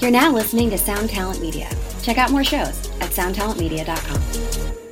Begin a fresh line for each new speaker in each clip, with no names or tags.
You're now listening to Sound Talent Media. Check out more shows at soundtalentmedia.com.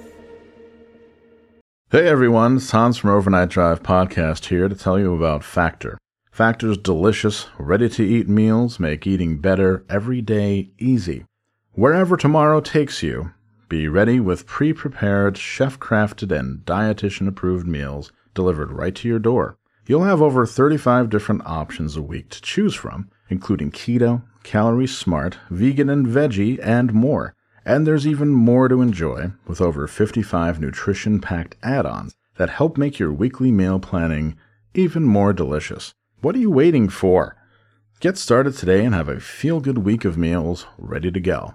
Hey everyone, it's Hans from Overnight Drive Podcast here to tell you about Factor. Factor's delicious, ready to eat meals make eating better every day easy. Wherever tomorrow takes you, be ready with pre prepared, chef crafted, and dietitian approved meals delivered right to your door. You'll have over 35 different options a week to choose from, including keto, calorie smart, vegan and veggie, and more. And there's even more to enjoy with over 55 nutrition packed add ons that help make your weekly meal planning even more delicious. What are you waiting for? Get started today and have a feel good week of meals ready to go.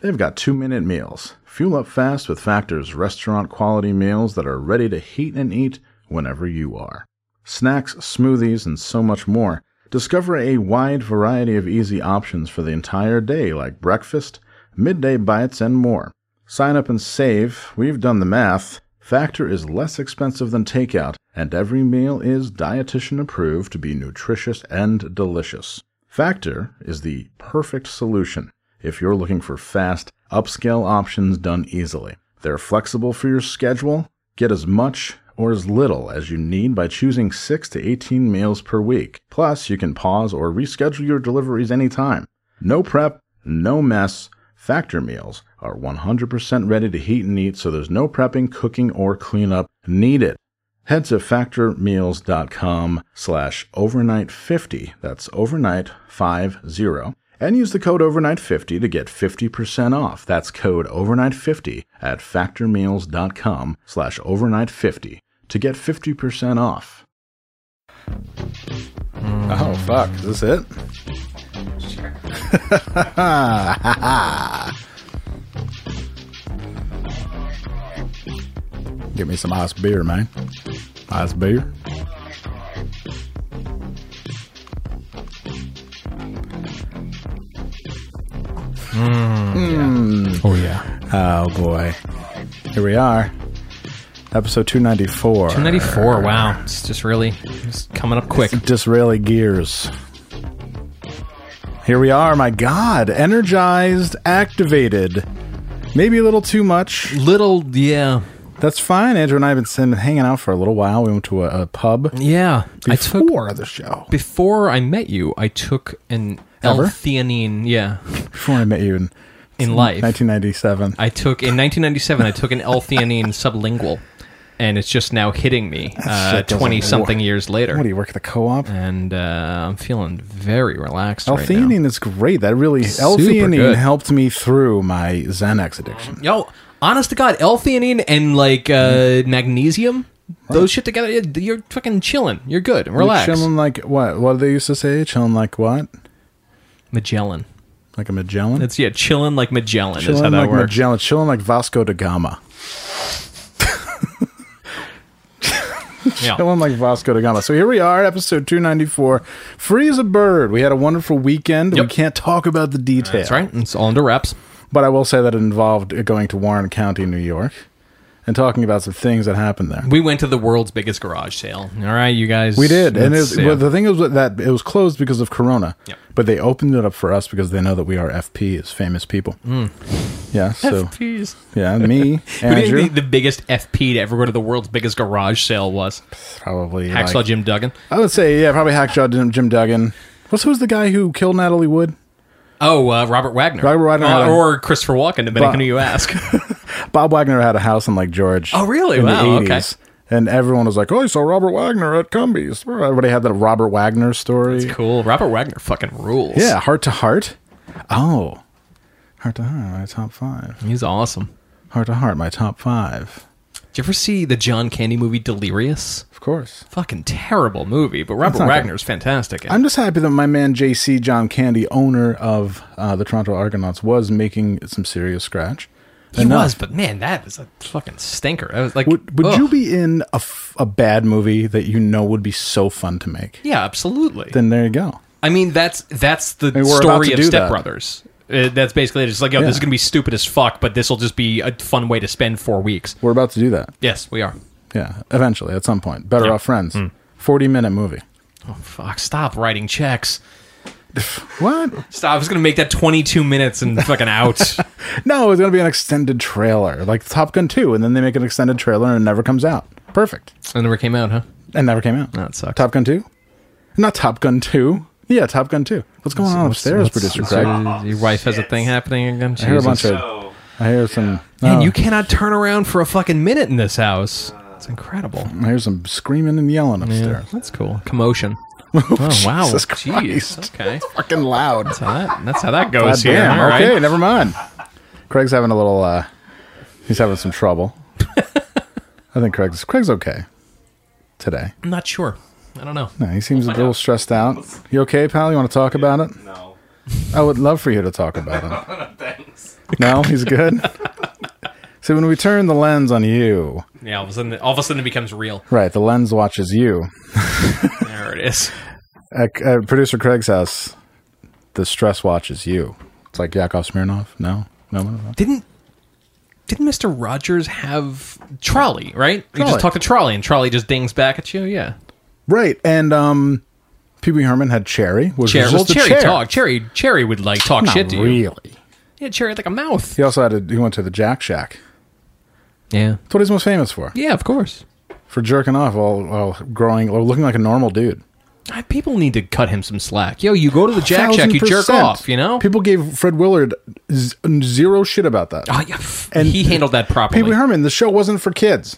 They've got two minute meals. Fuel up fast with Factor's restaurant quality meals that are ready to heat and eat whenever you are. Snacks, smoothies, and so much more. Discover a wide variety of easy options for the entire day, like breakfast, midday bites, and more. Sign up and save. We've done the math. Factor is less expensive than takeout, and every meal is dietitian approved to be nutritious and delicious. Factor is the perfect solution if you're looking for fast, upscale options done easily. They're flexible for your schedule. Get as much or as little as you need by choosing 6 to 18 meals per week. Plus, you can pause or reschedule your deliveries anytime. No prep, no mess. Factor meals are 100% ready to heat and eat, so there's no prepping, cooking, or cleanup needed. Head to factormeals.com slash overnight50, that's overnight50, and use the code overnight50 to get 50% off. That's code overnight50 at factormeals.com slash overnight50 to get 50% off. Oh, fuck. Is this it? Get me some ice beer, man. Ice beer.
Oh yeah,
Oh boy. Here we are. Episode 294.
two ninety four. Wow, it's just really it's coming up quick.
Disraeli gears. Here we are, my god. Energized, activated. Maybe a little too much.
Little, yeah,
That's fine. Andrew and I have been sitting- hanging out for a little while. We went to a, a pub
yeah. I took
before the show.
before I met you. I took an
Ever?
L-theanine. Yeah,
Before I met you in
in life.
1997.
I took in 1997. I took an L-theanine sublingual, and it's just now hitting me uh,
shit doesn't
twenty something
work.
years later.
what do you work at the co-op?
and uh, I'm feeling very relaxed right now.
L-theanine is great. That really L-theanine
good.
helped me through my Xanax addiction.
Yo, honest to God, L-theanine and like uh, magnesium, those shit together, you- you're fucking chilling. You're good. Relax.
You're chilling like what? What do they used to say? Chilling like what?
Magellan.
Like a Magellan.
That's yeah, chilling like Magellan is
chilling
how that
like
works.
Magellan. Chilling like Vasco da Gama.
Yeah.
Chilling like Vasco da Gama. So here we are, episode 294. Free as a bird. We had a wonderful weekend.
Yep.
We can't talk about the details.
That's right. It's all under wraps.
But I will say that it involved going to Warren County, New York, and talking about some things that happened there.
We went to the world's biggest garage sale. All right, you guys.
We did, and it
that's-
was,
yeah.
well, the thing is that it was closed because of Corona.
Yep.
But they opened it up for us because they know that we are FP as famous people. Yeah. So
Jeez.
yeah, me,
Hmm. Who do you
Andrew,
think the, the biggest FP to ever go to the world's biggest garage sale was?
probably.
Hacksaw
like-
Jim Duggan.
I would say yeah, probably Hacksaw Jim, Jim Duggan. What's who's the guy who killed Natalie Wood?
Oh, uh, Robert Wagner.
Robert Wagner.
Uh, or Christopher Walken, depending on who you ask.
Bob Wagner had a house in Lake George.
Oh, really?
In
Wow,
The
okay.
80s. And everyone was like, "Oh, I saw Robert Wagner at Cumbies." Everybody had that Robert Wagner story.
cool. Robert Wagner fucking rules.
Yeah, heart to heart. Oh, heart to heart. My top five.
He's awesome.
Heart to heart. My top five.
Did you ever see the John Candy movie Delirious?
Of course.
Fucking terrible movie, but Robert
not good.
Wagner's fantastic. in it.
I'm just happy that my man JC John Candy, owner of uh, the Toronto Argonauts, was making some serious scratch.
He
Enough.
was, but man, that was a fucking stinker. I was like,
Would, would
ugh.
you be in a, f- a bad movie that you know would be so fun to make?
Yeah, absolutely.
Then there you go.
I mean, that's that's the
mean, we're about
story
to
of
do
Step
that.
Brothers. Uh, that's basically it. It's like, oh,
Yeah.
this is gonna be stupid as fuck, but this will just be a fun way to spend four weeks.
We're about to do that.
Yes, we are.
Yeah, eventually, at some point. Better
Yeah. Oh,
Off Friends. 40 minute movie.
Fuck! Stop writing checks.
What?
Stop. I was going to make that 22 minutes and fucking out.
No, it's going to be an extended trailer, like Top Gun 2, and then they make an extended trailer and it never comes out. Perfect.
I never came out, huh?
It never came out.
That sucks.
Top Gun 2? Not Top Gun 2. Yeah, Top Gun 2. What's going on Oh, upstairs, producer Craig?
Your- your wife has a thing happening again.
I hear a
Jesus.
bunch of.
So
I hear some.
Man,
oh,
you cannot turn around for a fucking minute in this house. It's incredible.
I hear some screaming and yelling
Yeah,
upstairs.
that's cool. Commotion. Oh wow!
Jesus
Jeez,
Christ.
Okay, that's
Fucking loud.
how that, that's how that goes
God
here.
damn.
All right.
Okay, never mind. Craig's having a little. uh He's having some trouble. I think Craig's Craig's okay today.
I'm not sure. I don't know.
No, he seems a
find
little
out.
stressed out. You okay, pal? You want to talk about it?
no,
I would love for you to talk about it.
thanks.
No, he's good. See, when we turn the lens on you,
Yeah, all of a sudden, all of a sudden, it becomes real.
right? The lens watches you.
There it is.
At, at producer Craig's house, the stress watches you. It's like Yakov Smirnov. No, no, no, no.
Didn't didn't Mister Rogers have Trolley? Right? You
Trolley.
just talk to Trolley, and Trolley just dings back at you. Yeah.
right. And um, Pee Wee Herman had Cherry, which
Cherry.
was
Well,
just a
Cherry
chair.
talk. Cherry. Cherry would like talk
Not
shit to you.
really.
Yeah, Cherry had, like a mouth.
He also had. A, he went to the Jack Shack.
Yeah.
That's what he's most famous for.
Yeah, of course.
For jerking off while, while growing, or looking like a normal dude.
I, people need to cut him some slack. Yo, you go to the Jack Jack, you jerk
1000%.
off. You know.
People gave Fred Willard z- zero shit about that.
Oh, yeah, pff,
And-
he handled that properly.
Pee Wee Herman, the show wasn't for kids.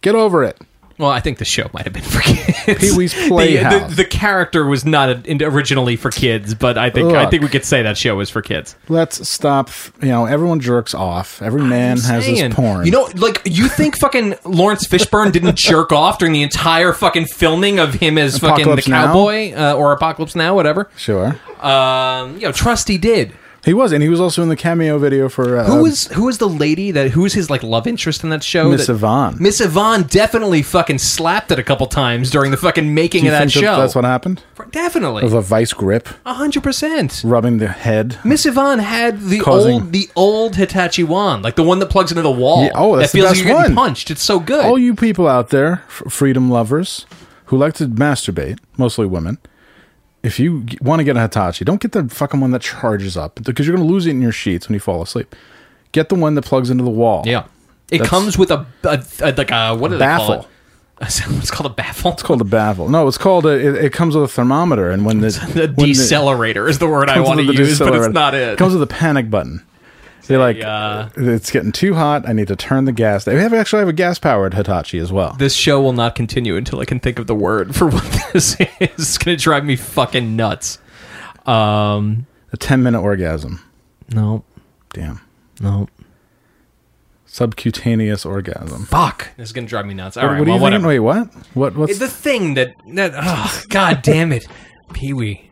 Get over it.
Well, I think the show might have been for kids.
Pee-wee's
The- The,
Playhouse.
the, character was not in- originally for kids, but I think I
Look.
think we could say that show was for kids.
Let's stop. f- You know, everyone jerks off. Every man has
Saying.
his porn.
You know, like you think fucking Lawrence Fishburne didn't jerk off during the entire fucking filming of him as fucking
Apocalypse
the
Now?
cowboy uh, or Apocalypse Now, whatever.
sure.
Um, you know, Trusty did.
He was, and he was also in the cameo video for uh,
Who was who was the lady that who was his like love interest in that show?
Miss
that-
Yvonne.
Miss Yvonne definitely fucking slapped it a couple times during the fucking making
Do you
of that
think
show.
That's what happened.
definitely.
Of a vice grip,
A hundred percent.
rubbing the head.
Miss Yvonne had the
Causing-
old the old Hitachi wand, like the one that plugs into the wall.
Yeah, oh, that's
that
the
feels
best
like you're getting
one. Oh,
punched. It's so good.
All you people out there, f- freedom lovers, who like to masturbate, mostly women. If you want to get a Hitachi, don't get the fucking one that charges up because you're going to lose it in your sheets when you fall asleep. Get the one that plugs into the wall.
yeah, it
That's-
comes with a, a, a like a what do they
Baffle.
call it? It's called a baffle.
It's called a baffle. No, it's called a. It, it comes with a thermometer, and when the
a
when the-
decelerator is the word I
comes
want to
with the
use, but
decelerator.
it's not it.
Comes with a panic button. You're like,
uh,
it's getting too hot. I need to turn the gas. They have actually have a gas powered Hitachi as well.
this show will not continue until I can think of the word for what this is. It's gonna drive me fucking nuts. Um,
a ten minute orgasm.
no,
Damn.
no,
Subcutaneous orgasm.
fuck, this is gonna drive me nuts. All right,
what do
well,
you
whatever.
think? Wait, what? What? What's
It's the thing that that oh, god damn it pee wee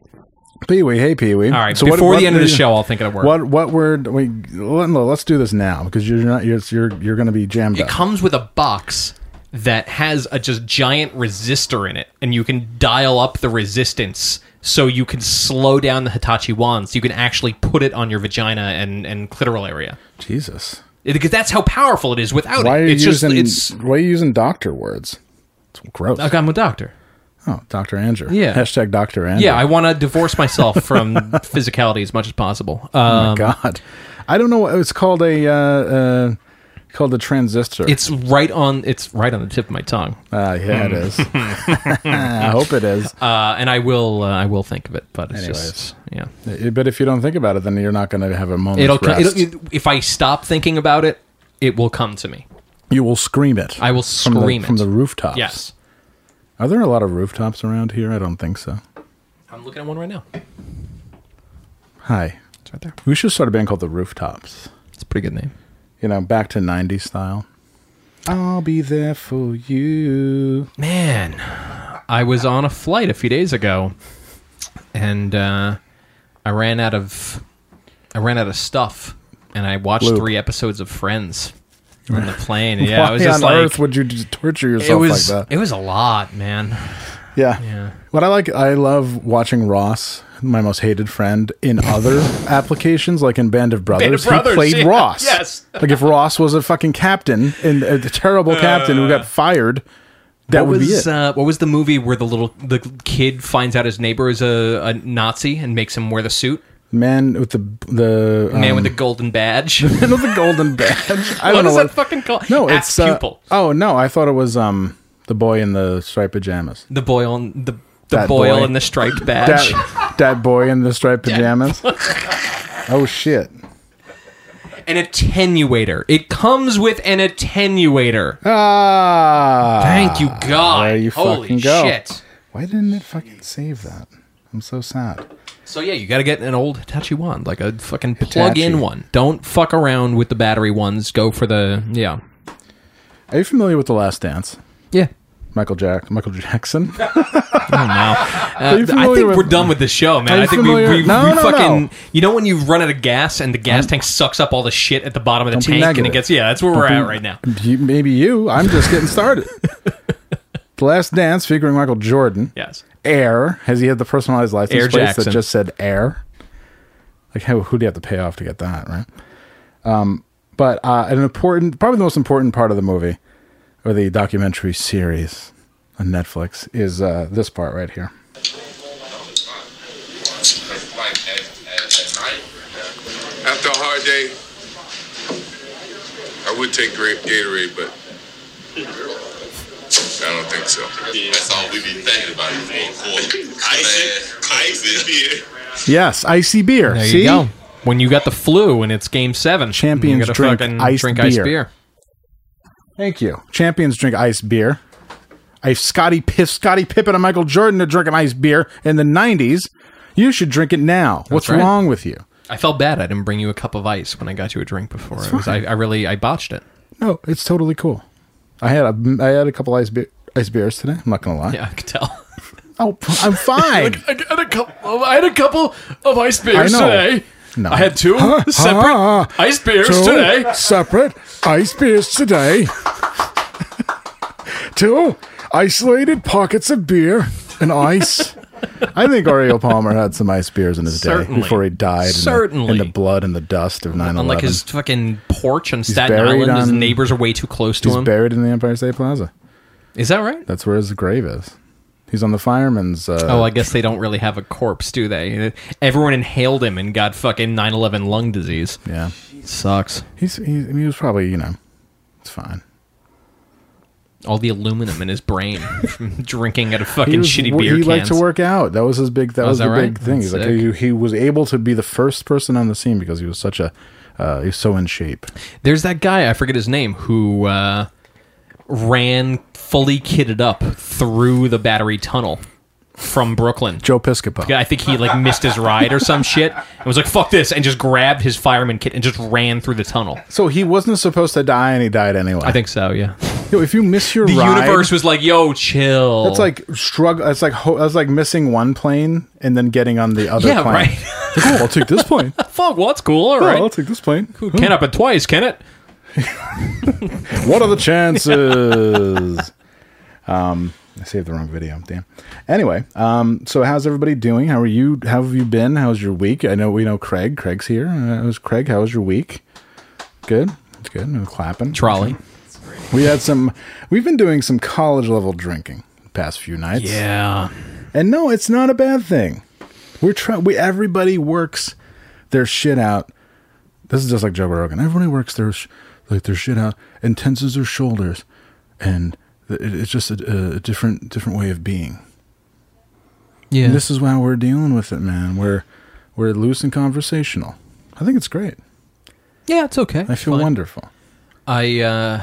Pee Wee? Hey, Pee Wee.
all right before the end of the show i'll think of a word
What what word? Wait, let, us do this now because you're not you're you're, you're going to be jammed
it
up.
comes with a box that has a just giant resistor in it and you can dial up the resistance so you can slow down the hitachi wands you can actually put it on your vagina and and clitoral area
Jesus,
It- because that's how powerful it is without
why are
it
you
it's
using
just it's
why are you using doctor words? It's gross.
Look, i'm a doctor
Oh, Doctor Andrew.
Yeah.
Hashtag Doctor Andrew.
yeah i want to divorce myself from physicality as much as possible um,
God, I don't know. what It's called a uh, uh, called a transistor.
it's right on it's right on the tip of my tongue
Ah, yeah, it is. I hope it is.
uh, and I will uh, I will think of it. But it's
Anyways.
just yeah,
but if you don't think about it, then you're not going to have a moment.
it'll,
It'll,
co-
rest.
it'll it, if I stop thinking about it, it will come to me.
you will scream it.
I will
from the-
scream
from
it.
the rooftops.
Yes,
Are there a lot of rooftops around here? I don't think so.
I'm looking at one right now.
Hi.
It's right there.
We should start a band called the Rooftops.
It's a pretty good name.
You know, back to '90s style. I'll be there for you.
Man, I was on a flight a few days ago, and uh, I ran out of I ran out of stuff, and I watched
Lube.
three episodes of Friends on the plane. Yeah,
Why
I was just
on
like
earth would you just torture
it
yourself
was
like that?
it was a lot, man.
Yeah.
Yeah.
What I like, I love watching Ross, my most hated friend, in other applications, like in Band of Brothers. he
Brothers,
played
yeah,
Ross.
yes.
like if Ross was a fucking captain and a terrible captain who got fired, That
Uh. what
would be
was,
it.
Uh, what was the movie where the little the kid finds out his neighbor is a, a Nazi and makes him wear the suit?
Man with the the
Man with the
um,
golden badge.
man with the golden badge. I
what
don't know
is
what
that fucking called?
No,
Ass
it's uh,
pupil.
oh no, I thought it was um the boy in the striped pajamas.
the boy on the the
That
boil
boy.
and the striped badge.
That, that boy in the striped pajamas. oh shit!
an attenuator. It comes with an attenuator.
Ah,
Thank you, God.
There you
Holy
fucking go.
shit.
Why didn't it fucking save that? I'm so sad.
So yeah, you got to get an old Hitachi wand, like a fucking
Hitachi.
plug-in one. Don't fuck around with the battery ones. Go for the yeah,
Are you familiar with The Last Dance?
yeah.
Michael Jack, Michael Jackson.
Uh,
you
th- I
familiar
think
with-
we're done with this show, man.
Are you
I think we,
familiar-
we,
No,
we
no,
fucking.
no.
You know when you run out of gas and the gas tank sucks up all the shit at the bottom of the
Don't be
tank and it
negative.
gets yeah, that's where we're
be-
at right now.
You- maybe you. I'm just getting started. the Last Dance featuring Michael Jordan.
Yes.
Air. Has he had the personalized license
Air
plates
Jackson.
that just said air? Like, how, who'd he have to pay off to get that, right? Um, but uh, an important, probably the most important part of the movie or the documentary series on Netflix is uh, this part right here.
After a hard day, I would take great Gatorade, but I don't think so.
That's all we be thinking about is going forward. Ice beer.
Yes, icy beer.
There
See?
you go. When you got the flu and it's game seven,
Champions
you gotta
drink
fucking
iced
drink iced
beer.
beer.
Thank you. Champions drink ice beer. I Scotty Piff, Scotty Pippen, and Michael Jordan to drink an ice beer in the '90s. You should drink it now. What's
right.
wrong with you?
I felt bad. I didn't bring you a cup of ice when I got you a drink before. It was- I, I really I botched it.
No, it's totally cool. I had a I had a couple ice beer ice beers today. I'm not gonna lie.
Yeah, I could tell.
Oh, I'm fine.
I had a couple. Of, I had a couple of ice beers
I know. today. No. I had
two
separate Huh?
ice beers
Two separate ice beers today. Two isolated pockets of beer and ice. I think Ariel Palmer had some ice beers in his
Certainly.
day before he died. in the-
Certainly.
In the, blood and the dust of 9
On
11.
like his fucking porch on Staten
buried
Island, his
on-
neighbors are way too close to
He's
him.
buried in the Empire State Plaza.
Is that right?
That's where his grave is. He's on the fireman's. Uh,
Oh, I guess they don't really have a corpse, do they? Everyone inhaled him and got fucking 9/11 lung disease.
yeah.
Sucks.
He's, he, I mean, he was probably, you know, it's fine.
All the aluminum in his brain from drinking out of fucking
was-
shitty
wo-
beer
he
cans.
liked to work out. That was his big. That
Oh,
was
is
the
that right?
big thing.
That's
He's like
sick.
he, he was able to be the first person on the scene because he was such a. Uh, he was so in shape.
There's that guy, I forget his name, who uh, ran fully kitted up through the battery tunnel from Brooklyn.
Joe Piscopo.
I think he like missed his ride or some shit and was like, fuck this, and just grabbed his fireman kit and just ran through the tunnel.
So he wasn't supposed to die, and he died anyway.
I think so, yeah.
Yo, if you miss your
The
ride,
universe was like, yo, chill.
that's like struggle. That's like ho- that's like missing one plane and then getting on the other.
Yeah,
plane.
right.
Like, oh, I'll take this plane. Oh,
fuck, well, that's cool, all right.
I'll take this plane.
Can't happen twice, can it?
What are the chances? um, I saved the wrong video. Damn. Anyway, um, so how's everybody doing? How are you? How have you been? How's your week? I know we know Craig. Craig's here. Uh, how's Craig? How was your week? Good. It's good. No clapping.
Trolley.
We had some. We've been doing some college level drinking the past few nights.
Yeah.
And no, it's not a bad thing. We're trying. We everybody works their shit out. This is just like Joe Rogan. Everybody works their sh- like their shit out and tenses their shoulders, and it, it's just a, a different different way of being.
Yeah.
And this is how we're dealing with it, man. We're we're loose and conversational. I think it's great.
yeah, it's okay.
I feel wonderful.
I uh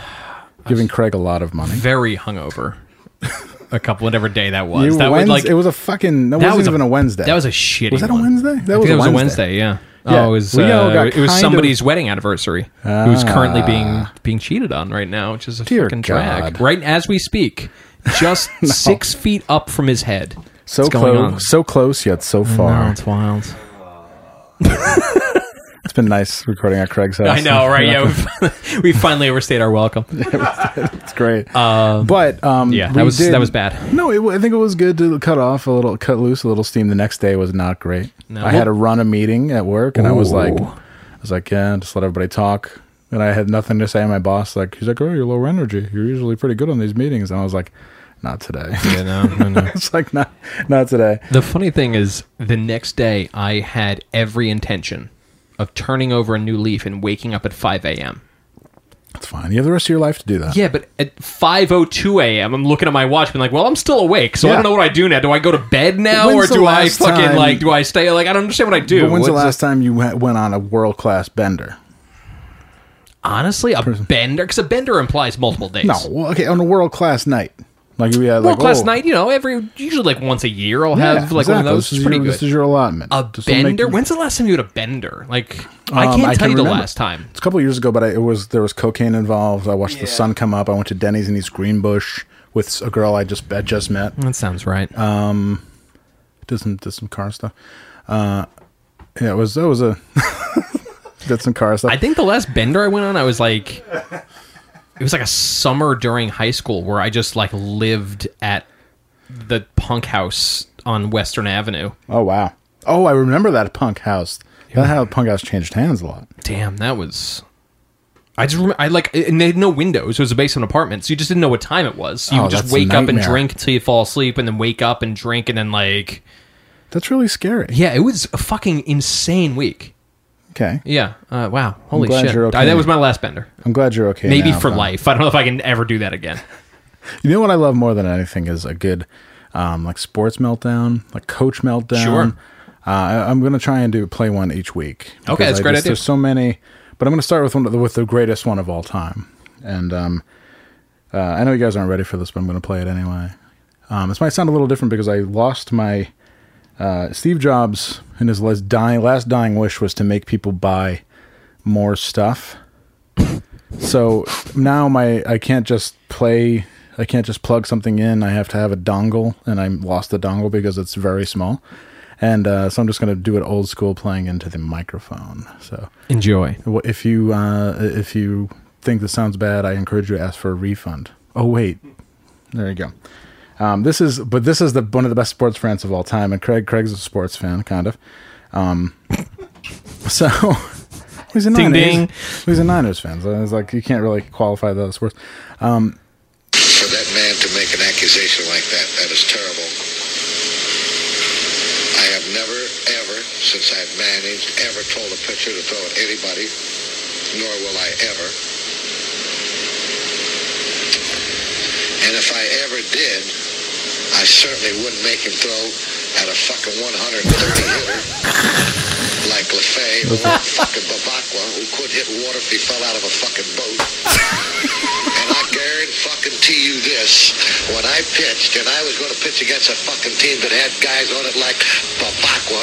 Giving Craig a lot of money.
very hungover. a couple whatever day that was.
You
that
Wednes-
was like
it was a fucking. That, wasn't even a, Wednesday.
That was a shitty.
Was that a
one.
Wednesday?
I
That
think
was a
that was
Wednesday.
a Wednesday. Yeah.
Yeah,
Oh, it was.
we all
Uh,
got
it was
kind
somebody's wedding anniversary. who's currently being
Ah.
being cheated on right now, which is a
Dear
fucking drag.
God.
Right as we speak, just six feet up from his head.
so
What's going on?
close, so close yet so far.
Oh, it's wild.
It's been nice recording at Craig's house.
I know, right? Yeah, we we finally overstayed our welcome.
it's great. but um,
yeah,
we
that was
did-
that was bad.
No, it, wa- I think it was good to cut off a little, cut loose a little steam. The next day was not great.
No.
I had to run a meeting at work, and I was like,
Ooh.
I was like, yeah, just let everybody talk. And I had nothing to say. And my boss like, he's like, oh, you're low energy. You're usually pretty good on these meetings. And I was like, Not today.
You know, you know.
it's like not not today.
The funny thing is, the next day I had every intention of turning over a new leaf and waking up at 5 a.m.
It's fine. You have the rest of your life to do that.
Yeah, but at 5:02 a.m., I'm looking at my watch, being like, "Well, I'm still awake, so I
Yeah.
don't know what I do now. Do I go to bed now,
When's
or
the
do I
last
fucking
time-
like? Do I stay? Like, I don't understand what I do.
But when's the
What's
last time you went went on a world class bender?
honestly a bender? Because a bender implies multiple days.
No, well, okay, on a world class night. Like we had
world
like
class
oh,
night. You know, every usually like once a year, I'll
Yeah,
have like
exactly.
one of those.
This
It's
is,
pretty
your,
good.
this is your allotment.
A
This will make
bender.
you-
When's the last time you had a bender? Like, I
Um,
can't tell you the
remember.
last time.
It's a couple years ago, but I, it was there was cocaine involved. I watched the sun come up. I went to Denny's in East Greenbush with a girl I just I just met.
That sounds right.
Did some did some car stuff. Uh, yeah, it was that was a did some car stuff.
I think the last bender I went on, I was like, it was like a summer during high school where I just like lived at the punk house on Western Avenue.
oh wow. Oh, I remember that punk house. That how punk house changed hands a lot.
Damn, that was. I just remember, I like, and they had no windows. It was a basement apartment, so you just didn't know what time it was. You
Oh,
would just
that's a
wake up and
nightmare.
drink until you fall asleep, and then wake up and drink, and then like,
That's really scary.
yeah, it was a fucking insane week.
Okay,
Yeah, uh, wow, holy
glad
shit,
you're
I,
okay.
that was my last bender.
I'm glad you're okay.
Maybe
now,
for
but-
life. I don't know if I can ever do that again.
You know what I love more than anything is a good, um, like sports meltdown, like coach meltdown.
Sure.
Uh, I- I'm gonna try and do play one each week.
Okay,
because
that's
I
a great
just-
idea.
There's so many, but I'm gonna start with one of the, with the greatest one of all time. And um, uh, I know you guys aren't ready for this, but I'm gonna play it anyway. Um, this might sound a little different because I lost my uh, Steve Jobs and his last dying last dying wish was to make people buy more stuff. So now my I can't just play I can't just plug something in. I have to have a dongle and I lost the dongle because it's very small. And uh, so I'm just going to do it old school playing into the microphone. So
Enjoy.
wh- if you uh, if you think this sounds bad, I encourage you to ask for a refund. Oh wait. There you go. Um, this is but this is the one of the best sports fans of all time and Craig Craig's a sports fan kind of. Um, so he's a
Ding,
Niners.
ding.
He's a Niners fan. So it's like you can't really qualify the sports.
For that man to make an accusation like that, that is terrible. I have never, ever, since I've managed, ever told a pitcher to throw at anybody, nor will I ever. And if I ever did, I certainly wouldn't make him throw at a fucking 130 hitter like Lefebvre or fucking Babakwa who could hit water if he fell out of a fucking boat. And I guarantee fucking to you this, when I pitched and I was going to pitch against a fucking team that had guys on it like Babakwa,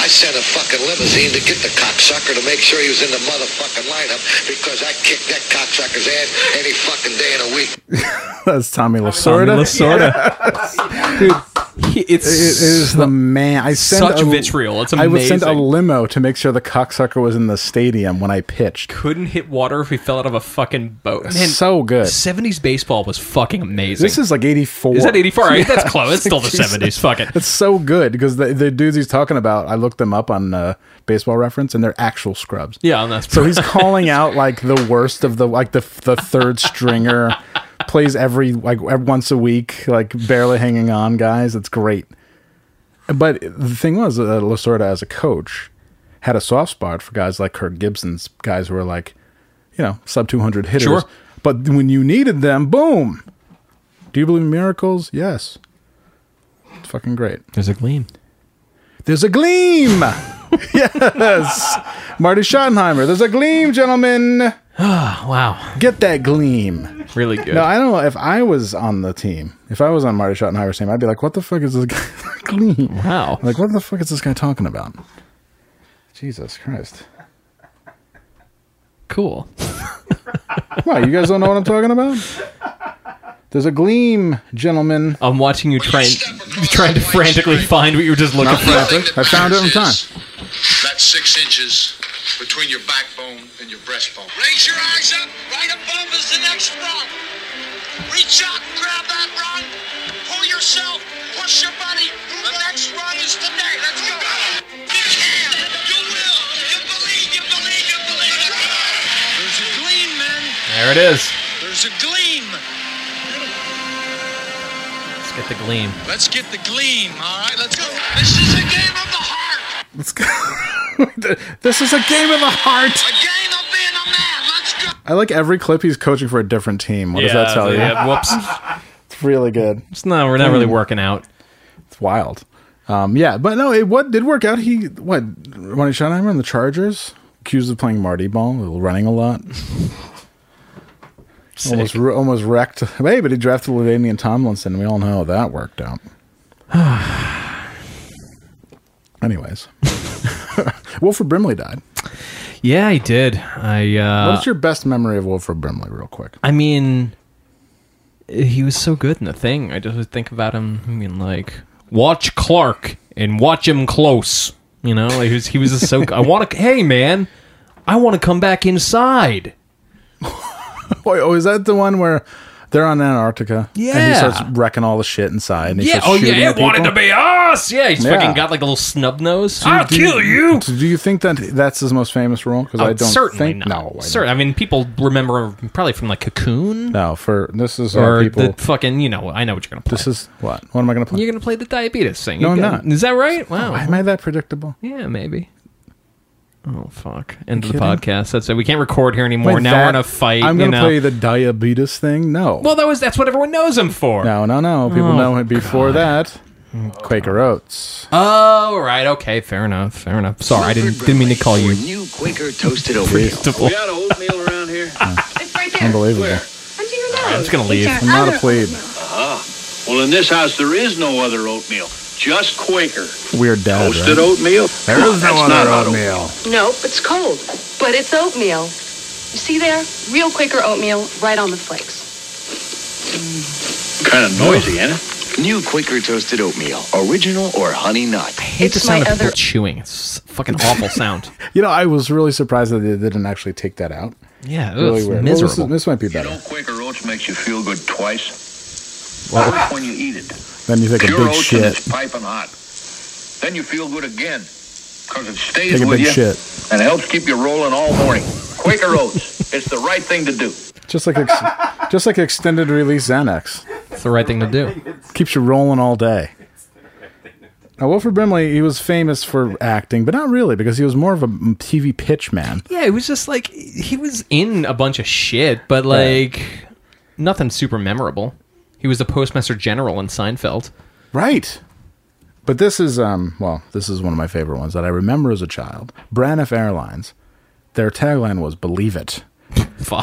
I sent a fucking limousine to get the cocksucker to make sure he was in the motherfucking lineup because I kicked that cocksucker's ass any fucking day in a week.
That's Tommy Lasorda.
Dude, he- it's
It is the man. I sent
such
a,
vitriol. It's
I would send a
amazing.
limo to make sure the cocksucker was in the stadium when I pitched.
couldn't hit water if we fell out of a fucking boat. Man,
so good.
70s baseball was fucking amazing.
This is like 84.
Is that 84? All right, That's close. It's still the
Jesus.
70s. Fuck it.
It's so good because the, the dudes he's talking about, I looked them up on uh, Baseball Reference, and they're actual scrubs.
Yeah, and that's
So he's calling out like the worst of the like the the third stringer plays every like every- once a week, like barely hanging on, guys. It's great. But the thing was, uh, Lasorda as a coach had a soft spot for guys like Kirk Gibson's guys who were like, you know, sub 200 hitters.
Sure.
But when you needed them, boom. Do you believe in miracles? Yes. It's fucking great.
There's a gleam.
There's a gleam. yes. Marty Schottenheimer. There's a gleam, gentlemen.
Ah, Wow.
Get that gleam.
Really good.
No, I don't know. If I was on the team, if I was on Marty Schottenheimer's team, I'd be like, what the fuck is this guy? gleam.
wow.
Like, what the fuck is this guy talking about? Jesus Christ.
cool.
Why? You guys don't know what I'm talking about? There's a gleam, gentlemen.
I'm watching you try
step
and,
across
trying to
the white
frantically
stripe-
find what you were just looking
Not
for.
frantic. I found it in time.
That's six inches between your backbone and your breastbone.
Raise your eyes up. Right above is the next rung. Reach out, grab that rung. Pull yourself. Push your body. The next rung is today. Let's go. You can. You will. You believe. You believe. You believe. There's a gleam, man.
There it is.
There's a gleam.
Get the gleam.
Let's get the gleam, all right? Let's go. This is a game of the heart.
Let's go. this is a game of the heart.
A game of being a man. Let's go.
I like every clip he's coaching for a different team. What does that tell you? Hmm.
yeah, Whoops.
It's really good.
It's not, we're not really working out.
It's wild. Um, yeah, but no, it what did work out. He what Ronnie Schottenheimer and the Chargers accused of playing Marty ball, running a lot. almost ru- almost wrecked. Hey, but he drafted Ladainian Tomlinson. We all know how that worked out. Anyways, Wilfred Brimley died.
Yeah, I did. I uh,
What's your best memory of Wilfred Brimley, real quick?
I mean, he was so good in the thing. I just would think about him. I mean, like watch Clark and watch him close. You know, like he was, he was just so. I want to. Hey, man, I want to come back inside.
Wait, oh, is that the one where they're on Antarctica? And he
Yeah.
starts wrecking all the shit inside. And he
Yeah.
starts
Oh
shooting
yeah.
at
It wanted
people?
to be us. Yeah. He's
Yeah.
fucking got like a little snub nose.
Do
I'll
do
kill you.
Do you think that that's his most famous role? Because I
Oh,
don't
certainly
think
not.
no. I
Cer- I mean, people remember him probably from like Cocoon
don't. No, for this is
or
our people.
the fucking. You know, I know what you're gonna play.
this is what? What am I going to play?
you're gonna play the diabetes thing.
No,
You
I'm
got-
not.
Is that right? Wow.
Am I that predictable?
Yeah, maybe. Oh fuck! End of the
kidding?
podcast. That's it. We can't record here anymore.
Wait,
now
that-
we're in a fight.
I'm
you
going to
know.
play the diabetes thing. No.
well, oh, that was that's what everyone knows him for.
no, no, no. People know it before that. Quaker Oats.
Oh right, okay, fair enough, fair enough. Sorry, I didn't didn't mean to call you.
New Quaker toasted oatmeal.
We got oatmeal around here.
It's right there.
Unbelievable.
Under your nose.
I'm just gonna leave.
It's
I'm
our
not
other
a plebe.
oatmeal.
Well, in this house, there is no other oatmeal, just Quaker
Weird dad.
toasted
Right?
oatmeal.
There is no
That's not
other
about
oatmeal.
Nope, it's cold, but it's oatmeal. You see there? Real Quaker oatmeal right on the flakes.
Kind of noisy, ain't it?
New Quaker toasted oatmeal, original or honey nut.
I hate
It's
the sound
my
of people
other-
chewing. It's a fucking awful sound.
You know, I was really surprised that they didn't actually take that out.
Yeah, it
Really
was
weird. Well, this,
miserable.
is- this might be
You know,
better.
Quaker oats makes you feel good twice. First when you eat it.
Then you take a
Pure
big
oats and
shit.
it's piping hot. Then you feel good again, because it stays
Take a
with
big
you
shit.
and helps keep you rolling all morning. Quaker oats. It's the right thing to do.
Just like ex- just like extended release Xanax.
it's the right thing to do.
keeps you rolling all day. Now, Wilfred Brimley, he was famous for acting, but not really because he was more of a m- TV pitch man.
Yeah, it was just like he was in a bunch of shit, but like nothing super memorable. He was the postmaster general in Seinfeld.
Right. But this is, um, well, this is one of my favorite ones that I remember as a child. Braniff Airlines, their tagline was "Believe it,"
Fuck.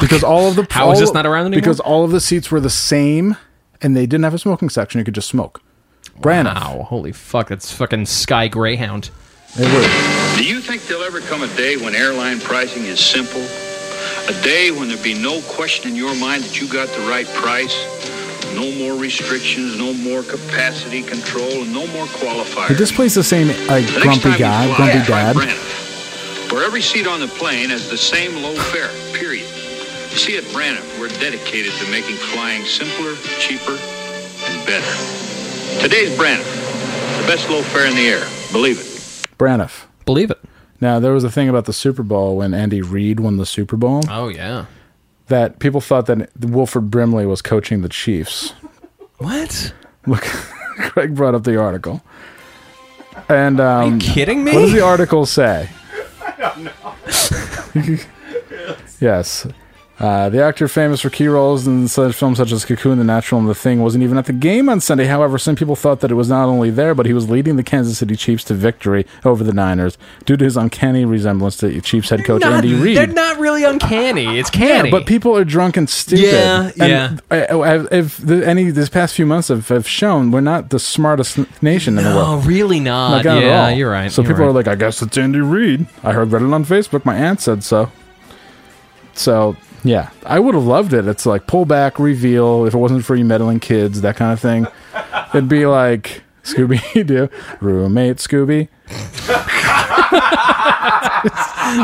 because all of the
how is
all-
this not around anymore?
Because all of the seats were the same, and they didn't have a smoking section. You could just smoke. Braniff,
Wow, holy fuck, that's fucking Sky Greyhound.
they were.
Do you think there'll ever come a day when airline pricing is simple? A day when there'll be no question in your mind that you got the right price? No more restrictions, no more capacity control, and no more
But
qualifiers.
this plays the same like
The next
grumpy
time you
guy,
fly,
grumpy
try
dad.
Braniff, Where every seat on the plane has the same low fare, period. You see, at Braniff, we're dedicated to making flying simpler, cheaper, and better. Today's Braniff, the best low fare in the air. Believe it.
Braniff.
Believe it.
Now there was a thing about the Super Bowl when Andy Reid won the Super Bowl
Oh yeah.
that people thought that Wilfred Brimley was coaching the Chiefs.
What?
Look, Craig brought up the article, and
Are you
um,
kidding
what does
me?
the article say? yes. Uh, the actor famous for key roles in such films such as Cocoon, The Natural, and The Thing wasn't even at the game on Sunday. However, some people thought that it was not only there, but he was leading the Kansas City Chiefs to victory over the Niners due to his uncanny resemblance to Chiefs head coach
Not-
Andy Reid.
They're not really uncanny. It's canny.
Yeah, but people are drunk and stupid.
Yeah,
and I- I- If the, any this past few months have, have shown, we're not the smartest n- nation in the
No,
world.
Oh, really
Like,
not.
not at
yeah,
all.
you're right.
So
you're
people
right.
are like, I guess it's Andy Reid. I heard read it on Facebook. My aunt said so. So yeah, I would have loved it. It's like pull back, reveal. If it wasn't for you meddling kids, that kind of thing, it'd be like Scooby Doo, roommate Scooby,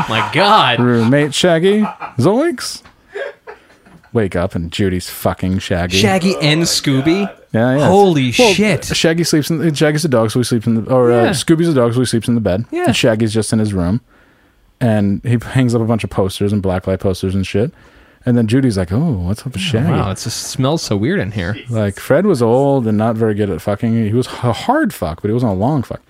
my god.
roommate Shaggy, Zoinks. Wake up and Judy's fucking
Shaggy and Scooby.
Yeah, yeah.
Holy
Well,
shit.
Shaggy sleeps in. Shaggy's a dog, so he sleeps in the. Or uh,
Yeah.
Scooby's a dog, so he sleeps in the bed.
Yeah.
And Shaggy's just in his room, and he hangs up a bunch of posters and blacklight posters and shit. And then Judy's like, "Oh, what's up with Shaggy?"
Wow, it just smells so weird in here.
Like Fred was old and not very good at fucking. He was a hard fuck, but he wasn't a long fuck.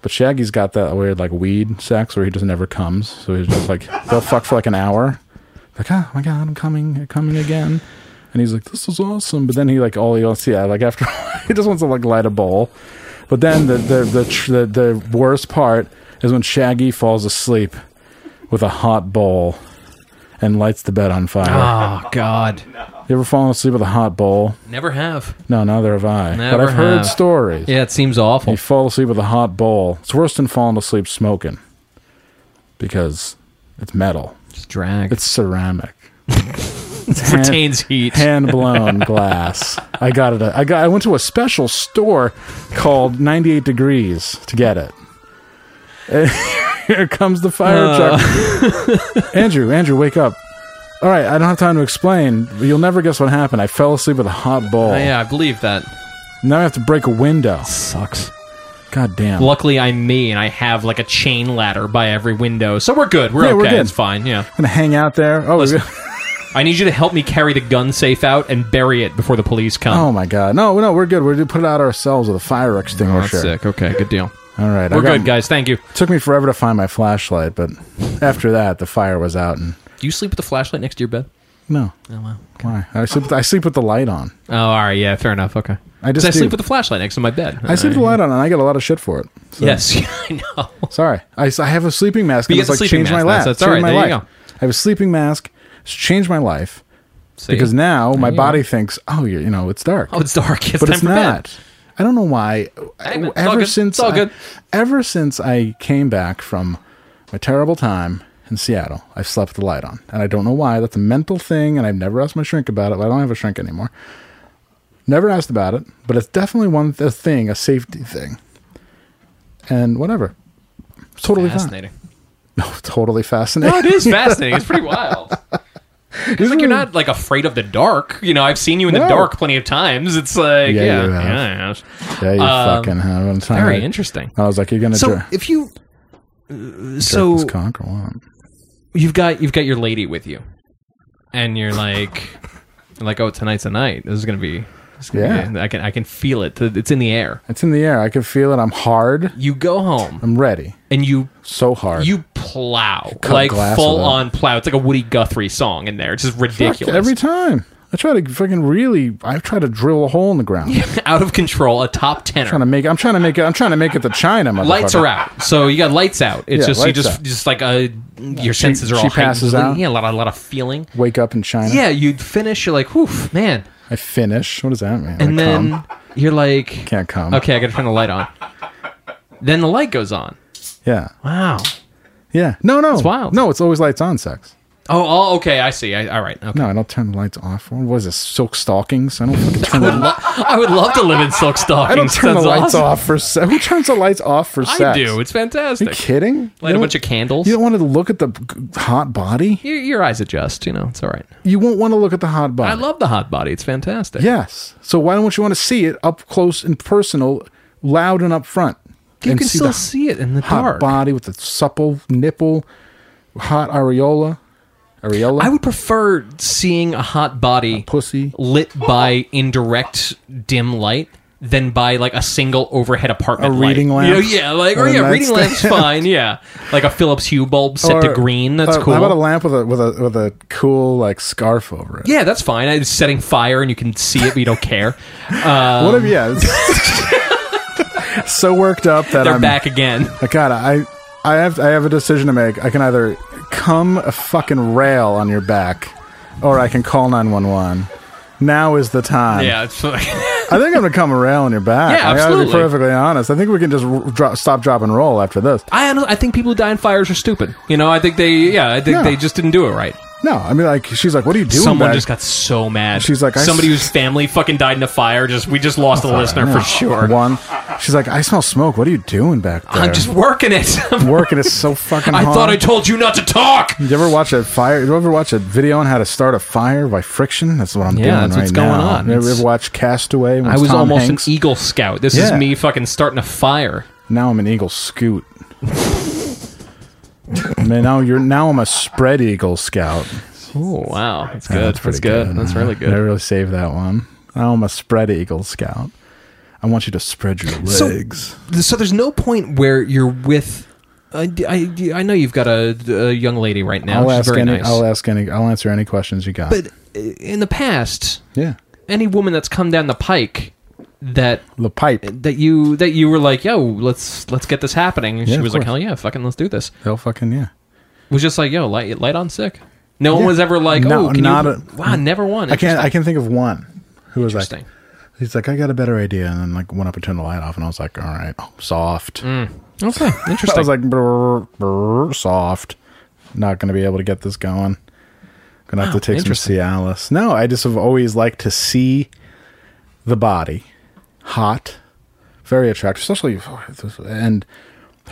But Shaggy's got that weird like weed sex where he just never comes. So he's just like they'll fuck for like an hour. Like oh my god, I'm coming, I'm coming again. And he's like, this is awesome. But then he like all he wants, yeah, like after he just wants to like light a bowl. But then the the the tr- the, the worst part is when Shaggy falls asleep with a hot bowl and lights the bed on fire.
Oh God,
You ever fallen asleep with a hot bowl?
never have.
No, neither have I.
Never
but I've heard
have.
stories.
Yeah, it seems awful.
You fall asleep with a hot bowl. It's worse than falling asleep smoking because it's metal.
Just drag.
It's ceramic.
retains heat.
Hand blown glass. I got it. I got. I went to a special store called 98 Degrees to get it. And here comes the fire
Uh.
truck. Andrew, Andrew, wake up! All right, I don't have time to explain. but You'll never guess what happened. I fell asleep with a hot bowl.
Oh, yeah, I believe that
Now I have to break a window.
sucks.
God damn.
Luckily, I'm me, and I have like a chain ladder by every window, so we're good. We're
Yeah,
okay.
we're good.
It's fine. Yeah.
gonna hang out there. Oh,
Listen, I need you to help me carry the gun safe out and bury it before the police come.
Oh my god. No, no, we're good. We're gonna put it out ourselves with a fire
Oh,
extinguisher.
that's sick. Okay, good deal.
All right. I
We're
got-
good, guys. Thank you.
Took me forever to find my flashlight, but after that the fire was out and
Do you sleep with the flashlight next to your bed?
no. Oh wow. Why? I sleep I sleep with the light on.
Oh, all right. Yeah, fair enough. Okay.
I just
'Cause I
do.
sleep with the flashlight next to my bed.
I sleep with the light on and I get a lot of shit for it. So,
Yes, I know.
Sorry. I, s- I have a sleeping mask
But
and
you
it's
got
like
the sleeping
changed my
mask.
life.
That's- that's all
Changed
right.
my
There you
life.
go.
I have a sleeping mask. It's changed my life
See?
because now my
you go.
body thinks, "Oh, you're, you know, it's dark."
oh, it's dark. It's
but
time
it's
for
not.
bed.
I don't know why.
Hey, man, it's all
ever
good. It's
since
all
I-
good.
ever since I came back from my terrible time in Seattle, I've slept with the light on, and I don't know why. That's a mental thing, and I've never asked my shrink about it. But I don't have a shrink anymore. Never asked about it, but it's definitely one th- thing, a safety thing, and whatever. It's totally
Fascinating.
Fine. totally fascinating.
No, it is fascinating. It's pretty wild. It's like you're not like afraid of the dark. You know, I've seen you in
No.
the dark plenty of times. It's like
Yeah,
yeah,
you
yeah.
have.
yeah.
Yeah, you
Um,
fucking have. I'm trying
Very
to-
interesting.
I was like, you're gonna
So
jerk,
if you, uh,
jerk this
so
cock or what?
you've got you've got your lady with you, and you're like, you're like oh tonight's a night. This is gonna be. this is gonna
Yeah.
be- I can I can feel it. It's in the air.
It's in the air. I can feel it. I'm hard.
You go home
I'm ready.
and you
So hard.
you plow
Cut
like
glass
full
with it.
on plow. It's like a Woody Guthrie song in there. It's just
Fuck,
ridiculous.
Every time. I try to fucking really I try to drill a hole in the ground.
out of control, a top
Trying to
tenor.
make I'm trying to make it I'm trying to make it to China, motherfucker.
Lights are out, so you got lights out. It's
Yeah,
just you
lights
just
out.
just like uh your senses
she
are all heightened.
passes out.
Yeah, a lot a lot of feeling.
Wake up in China.
Yeah, you'd finish. You're like, woof, man,
I finish. What does that mean?
and
I
then
come.
you're like,
can't come.
okay, I got to turn the light on. Then the light goes on.
Yeah.
Wow.
Yeah. No, no. It's
wild.
No, it's always lights on sex.
Oh, oh okay, I see. I, all right. Okay.
No, I don't turn the lights off. What is this? Silk stockings? I don't fucking turn the lights
I would love to live in silk stockings.
I don't turn the
That's
lights
awesome.
off for sex. Who turns the lights off for sex?
I do. It's
Are you
fantastic.
kidding?
Light
you
a
don't-
bunch of candles.
You don't want to look at the g- hot body?
your, your eyes adjust. You know, it's all right.
You won't want to look at the hot body.
I love the hot body. It's fantastic.
Yes. So why don't you want to see it up close and personal, loud and up front?
you
and
can
see
still
the
see it in the
hot
dark.
body with the supple nipple, hot areola, areola.
I would prefer seeing a hot body
pussy.
lit by indirect dim light than by like a single overhead apartment
A reading
light.
lamp?
You know, yeah, like or
Or a
yeah, reading lamp's
nightstand?
fine. Yeah, like a Phillips Hue bulb set to
Or-
green. That's
uh,
cool.
How about a lamp with a with a with a cool like scarf over it?
yeah, that's fine. It's setting fire and you can see it, but you don't care. Uh,
What if yeah? it's- so worked up that
they're
I'm
back again.
I gotta I. I have I have a decision to make. I can either come a fucking rail on your back, or I can call nine one one. Now is the time.
Yeah, it's
I think I'm gonna come around on your back.
Yeah,
I gotta be
absolutely.
perfectly honest. I think we can just r- drop, stop, drop, and roll after this.
I don't- I think people who die in fires are stupid. You know, I think they yeah, I think
Yeah.
they just didn't do it right.
No, I mean, like, she's like, "What are you doing?"
Someone
back-
just got so mad.
She's like, I
somebody
s-
whose family fucking died in a fire. Just we just lost a listener for sure.
One, she's like, "I smell smoke. What are you doing back there?"
I'm just working it.
working. It's so fucking.
I
hard.
thought I told you not to talk.
You ever watch a fire? You ever watch a video on how to start a fire by friction? That's what I'm
Yeah,
doing
that's
right
what's going
now.
on.
You ever,
It's-
ever watch Castaway? When
I was
Tom
almost
Hanks?
an e- Eagle Scout. This
Yeah.
is me fucking starting a fire.
Now I'm an eagle scoot. Man, now you're now I'm a spread eagle scout.
Oh wow, that's good.
that's
That's,
pretty
good.
good.
That's really
I
good.
really saved that one. I'm a spread eagle scout. I want you to spread your
So-
legs.
So there's no point where you're with. I, I, I know you've got a, a young lady right now.
I'll
She's
ask
very
any.
nice.
I'll ask any. I'll answer any questions you got.
but uh, in the past,
yeah,
any woman that's come down the pike that
the pipe.
that you that you were like, yo, let's let's get this happening. And
Yeah,
she
of
was like,
course.
hell yeah, fucking let's do this.
Hell fucking yeah.
Was just like, yo, light light on sick. No
Yeah.
one was ever like,
No,
oh, can
not
you?
a-
wow, never one.
I can't. I can think of one who was like.
Interesting.
He's like, I got a better idea, and then like went up and turned the light off, and I was like, all right, oh, soft.
Mm. Okay,
I
interesting.
was like, brr, brr, soft. Not going to be able to get this going. Gonna have to take some
interesting.
Cialis. No, I just have always liked to see the body, hot, very attractive, especially and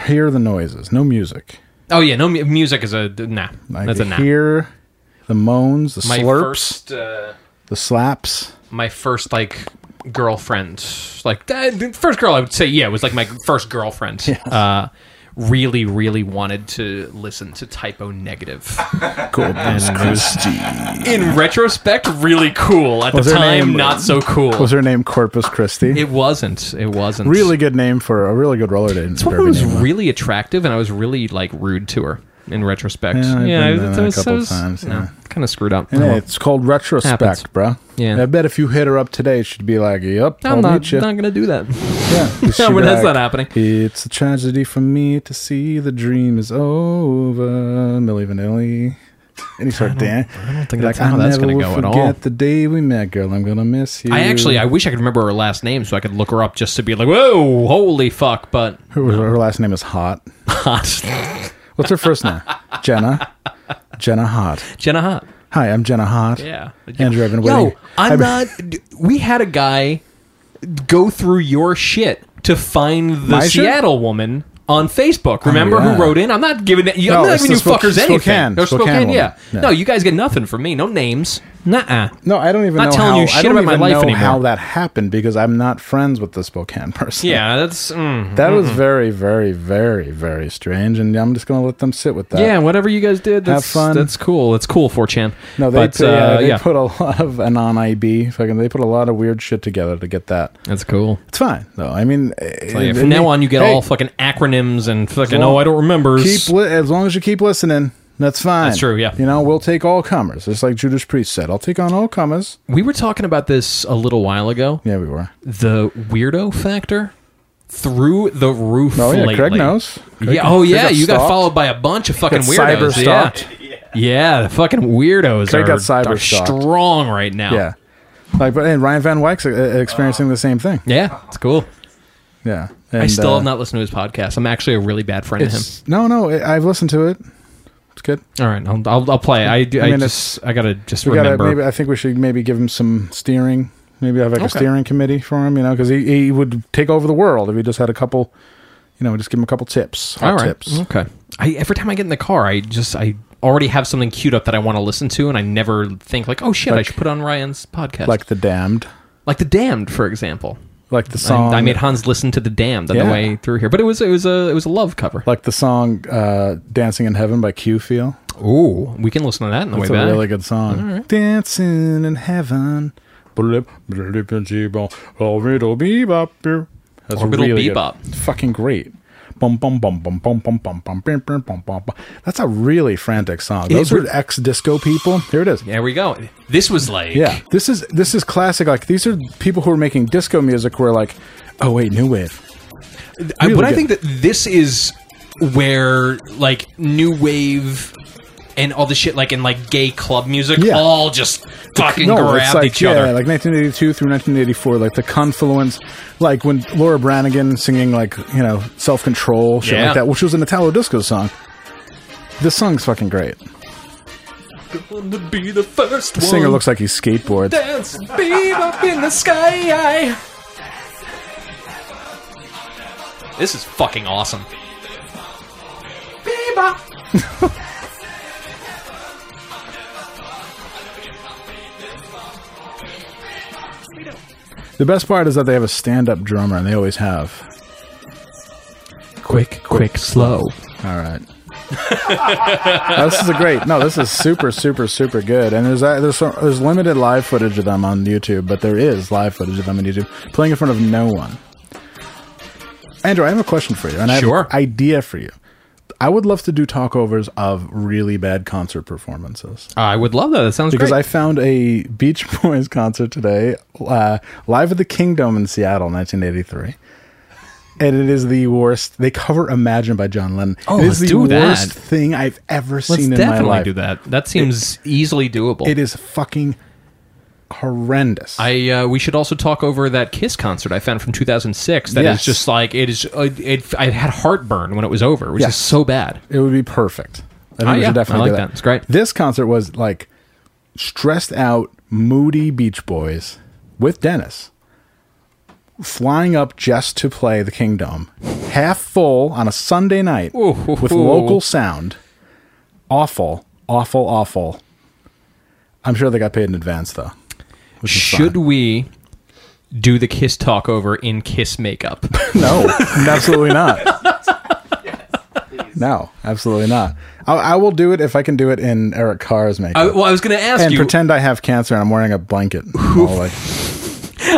hear the noises. No music.
oh yeah, no mu- music is a nah.
I
that's a nah.
hear the moans, the
my
slurps,
first uh,
the slaps.
my first like girlfriend like uh, the first girl i would say yeah was like my first girlfriend uh really really wanted to listen to typo negative
Corpus Christi.
in retrospect really cool at
Was
the
her
time
name-
not so cool
Was her name Corpus Christi?
it wasn't it wasn't
really good name for a really good roller derby.
this woman was
name.
really attractive and i was really like rude to her in retrospect
Yeah,
yeah,
I've
I,
been done
was-
that a
I was,
couple times, yeah.
kind of screwed up
And hey, it's called retrospect,
Happens.
bro.
Yeah.
I bet if you hit her up today, she'd be like, "Yep, i
i'm
will
not,
meet you."
not gonna do that
yeah, She'd
No,
be
that's not happening.
It's a tragedy for me to see the dream is over, Millie Vanilli. And he started dancing. I don't
think that's how that's gonna go at all."
the day we met, girl. I'm gonna miss you.
I actually I wish I could remember her last name so I could look her up just to be like, whoa, holy fuck, but
her, her last name is Hot.
hot.
What's her first name? Jenna. Jenna Hot.
Jenna Hot.
Hi, I'm Jenna Hot.
Yeah.
Andrew, I've been
Yo,
waiting.
I'm
I've-
not d- we had a guy go through your shit to find the
My shit?
Seattle woman on Facebook. Remember
Oh, yeah.
who wrote in? I'm not giving it, you,
No,
I'm not
it's
giving you
the Spok-
fuckers anything.
Spokane-
Or
Spokane woman.
yeah.
Yeah.
No, you guys get nothing from me. No names. Nuh-uh.
No, I don't even
Not
know
telling
how,
you
I
shit
don't
about my
even
life
know
anymore.
how that happened because I'm not friends with the Spokane person.
Yeah, that's mm.
That was very, very, very, very strange, and I'm just going to let them sit with that.
yeah. Whatever you guys did, that's
fun.
That's cool. That's cool. 4chan.
No, they,
But,
put, yeah,
uh,
they
yeah.
put a lot of and on IB fucking. They put a lot of weird shit together to get that.
that's cool.
It's fine though. I mean,
Like,
it-
from
it-
now on, you get
hey,
all fucking acronyms and fucking.
long-
Oh, I don't remember.
keep li- as long as you keep listening. That's fine.
That's true, yeah.
you know, we'll take all comers. It's like Judas Priest said, "I'll take on all comers."
we were talking about this a little while ago.
Yeah, we were.
The weirdo factor through the roof.
Oh yeah,
lately.
Craig knows. Craig-
yeah. Oh
Craig
yeah, you got
stalked.
followed by a bunch of fucking
Got
weirdos.
cyber-stalked.
Yeah. yeah, the fucking weirdos
Craig
are,
got cyber-stalked.
are strong right now.
Yeah, like but and Ryan Van Wyck's uh, experiencing the same thing.
yeah, it's cool.
Yeah, and,
I still
uh,
have not listened to his podcast. I'm actually a really bad friend of him.
It's, no, no, I- I've listened to it. It's good.
All right, I'll, I'll, I'll play. it. I, do-
I
I,
mean,
just I gotta just
We gotta
remember.
maybe. I think we should maybe give him some steering. Maybe have like a
Okay.
steering committee for him, you know, because he, he would take over the world if he just had a couple, you know, just give him a couple tips, hot tips.
Okay. I every time I get in the car, I just I already have something queued up that I want to listen to, and I never think like, oh shit, I
Like-
should put on Ryan's podcast,
like the damned,
like the Damned, for example.
like the song.
I, I made Hans listen to the Damned on
Yeah.
the way through here, but it was it was a it was a love cover.
like the song uh, "Dancing in Heaven" by Q Feel.
Ooh, we can listen to that on the
That's a
way back.
really good song. Dancing in Heaven. Blip, blip, and jee-bop. Orbital bebop. beer. That's
Orbital
really good.
bebop.
It's fucking great. Bum, bum, bum, bum, bum, bum, bum, bum, bum, bum, bum, bum, bum. That's a really frantic song. Those are
re-
ex disco people. Here it is.
There we go. This was like
Yeah, this is this is classic. Like these are people who are making disco music. Where like, oh wait, new wave.
I,
Really
but I
good.
think that this is where like new wave and all the shit like in like gay club music
Yeah.
all just fucking
it's
grabbed
like,
each other.
Yeah, like 1982 through 1984, like the confluence, like when Laura Branigan singing like you know self control shit
Yeah.
like that, which was an Italo disco song. This song's fucking great.
to be the first
The singer looks like he skateboards.
dance, beam up in the sky. This is fucking awesome.
The best part is that they have a stand up drummer, and they always have.
Quick, quick, slow.
All right, No, this is a great. No, this is super, super, super good. And there's uh, there's some, there's limited live footage of them on YouTube, but there is live footage of them on YouTube playing in front of no one. Andrew, I have a question for you, and I
Sure.
have an idea for you. I would love to do talkovers of really bad concert performances
I would love that. That sounds
because
great.
I found a Beach Boys concert today, uh, live at the Kingdom in Seattle, 1983. And it is the worst. They cover "Imagine" by John Lennon.
Oh,
it is
let's
the
do that.
worst thing I've ever
Let's
seen in my
definitely
life.
do that. That seems easily doable.
It is fucking horrendous.
I uh, we should also talk over that Kiss concert I found from 2006. That is
Yes.
just like it is. Uh, it I had heartburn when it was over, which
Yeah.
is so bad.
it would be perfect. I think
Oh,
we
yeah.
should definitely
I like
do
that. It's great.
This concert was like stressed out, moody Beach Boys with Dennis flying up just to play the Kingdom, half full on a Sunday night
Ooh.
with local sound. Awful, awful, awful. I'm sure they got paid in advance though. which is
Should
fine.
we do the Kiss talk over in Kiss makeup?
No, absolutely not. No, absolutely not. I, I will do it if I can do it in Eric Carr's makeup.
I, well, I was going to ask
and
you.
pretend I have cancer and I'm wearing a blanket. All like,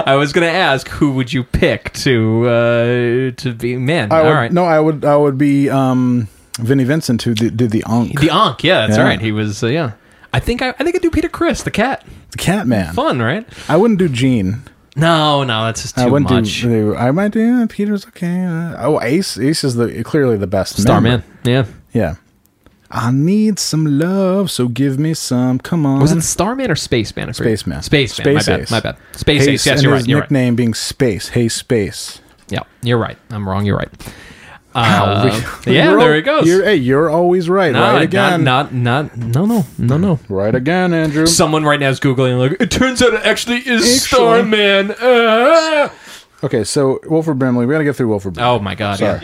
I was going to ask who would you pick to uh, to be man.
I
all
would,
right.
No, I would. I would be um, Vinnie Vincent who did, did the Ankh,
the Ankh. Yeah, that's
Yeah.
right. He was. Uh, yeah. I think I, I think I do Peter Chris the cat.
the Catman.
Fun, right?
I wouldn't do Gene.
No, no, that's just
I
too
wouldn't
much.
do. do- I might do. uh, Peter's okay. Uh, oh, Ace. Ace is the clearly the best.
Starman.
member.
Yeah.
Yeah. I need some love, so give me some. Come on.
Was it Starman or Spaceman? I forget.
Spaceman?
Spaceman. Space my
Ace.
bad. My bad. Space Ace. Yes,
and
you're
his
right. You're right.
nickname being Space. Hey, Space.
Yeah, you're right. I'm wrong. You're right.
Wow,
Uh,
we-
yeah,
you're
there
al-
it goes.
You're, hey, you're always right.
no,
right again.
Not, not, not, no, no, no, no.
right again, Andrew.
Someone right now is googling. Like, it turns out it actually is
Actually.
Starman. Uh.
Okay, so Wilford Brimley, we gotta get through Wilford Brimley.
Oh my god! Yeah.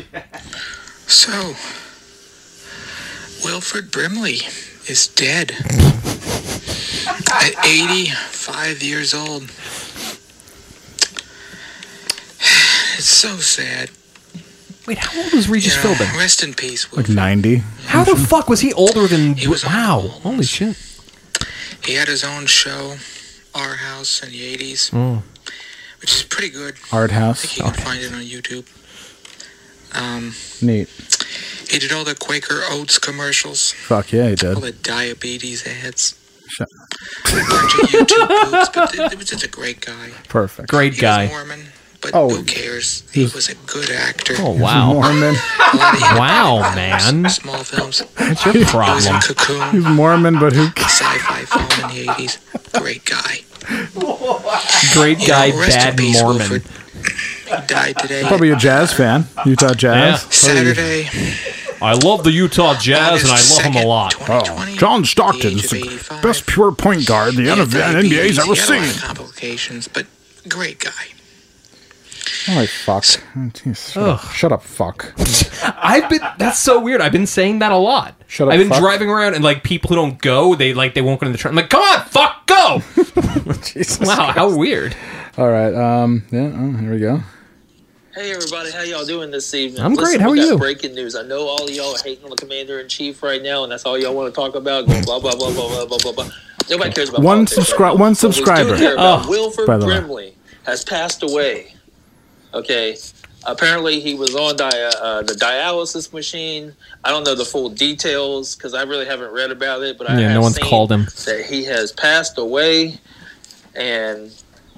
So,
Sorry.
Wilfred Brimley is dead at 85 years old. It's so sad.
Wait, how old was Regis
Yeah,
Philbin?
Rest in peace,
Like
Wilfred.
90.
How the fuck was he older than?
He was
wow!
old.
Holy shit!
He had his own show, Our House, in the 80s, which is pretty good.
Art
I think
Mm. House.
you can find it on YouTube. Um,
Neat.
he did all the Quaker Oats commercials,
Fuck yeah, he
all
did.
the diabetes ads.
Shut-
bunch of YouTube boobs, but it, was just a great guy.
Perfect.
Great
He was
guy.
Mormon, but
Oh.
who cares? He was a good actor.
Oh
Oh.
wow!
Mormon.
Wow, man.
Small films.
What's your
He was in
problem?
Cocoon,
He's Mormon, but who cares?
sci-fi film in the 80s. Great guy.
Great
You
guy,
know, rest in
bad
peace,
Mormon.
Wilfred. He died today.
Probably a jazz fan. Utah Jazz.
Saturday,
I love the Utah Jazz,
August
and I love him
2nd,
a lot.
2020,
Oh. John
at
Stockton's
the age of
the
85.
best pure point guard the
He had diabetes.
NBA's ever
He had a lot of
seen.
Complications, but great guy.
Holy fuck. Oh, geez, shut, up. Shut up, fuck.
I've been that's so weird. I've been saying that a lot.
Shut up,
I've been
fuck.
driving around and like people who don't go, they like they won't go to the train. I'm like, come on, fuck, go!
Jesus.
wow, how weird.
All right, um, yeah, oh, here we go.
Hey everybody, how y'all doing this evening?
I'm great,
Listen,
how
we
are
got
you?
Breaking news. I know all y'all are hating on the commander in chief right now, and that's all y'all want to talk about. Blah blah blah blah blah blah blah. blah. Nobody cares about
One
politics
subscri-
right now.
one
What we do
subscriber.
care
Oh,
about, Wilford
by the way.
Brimley has passed away. Okay, apparently he was on dia- uh, the dialysis machine. I don't know the full details because I really haven't read about it. But I
Yeah, no
have
one's
seen
called him.
that he has passed away, and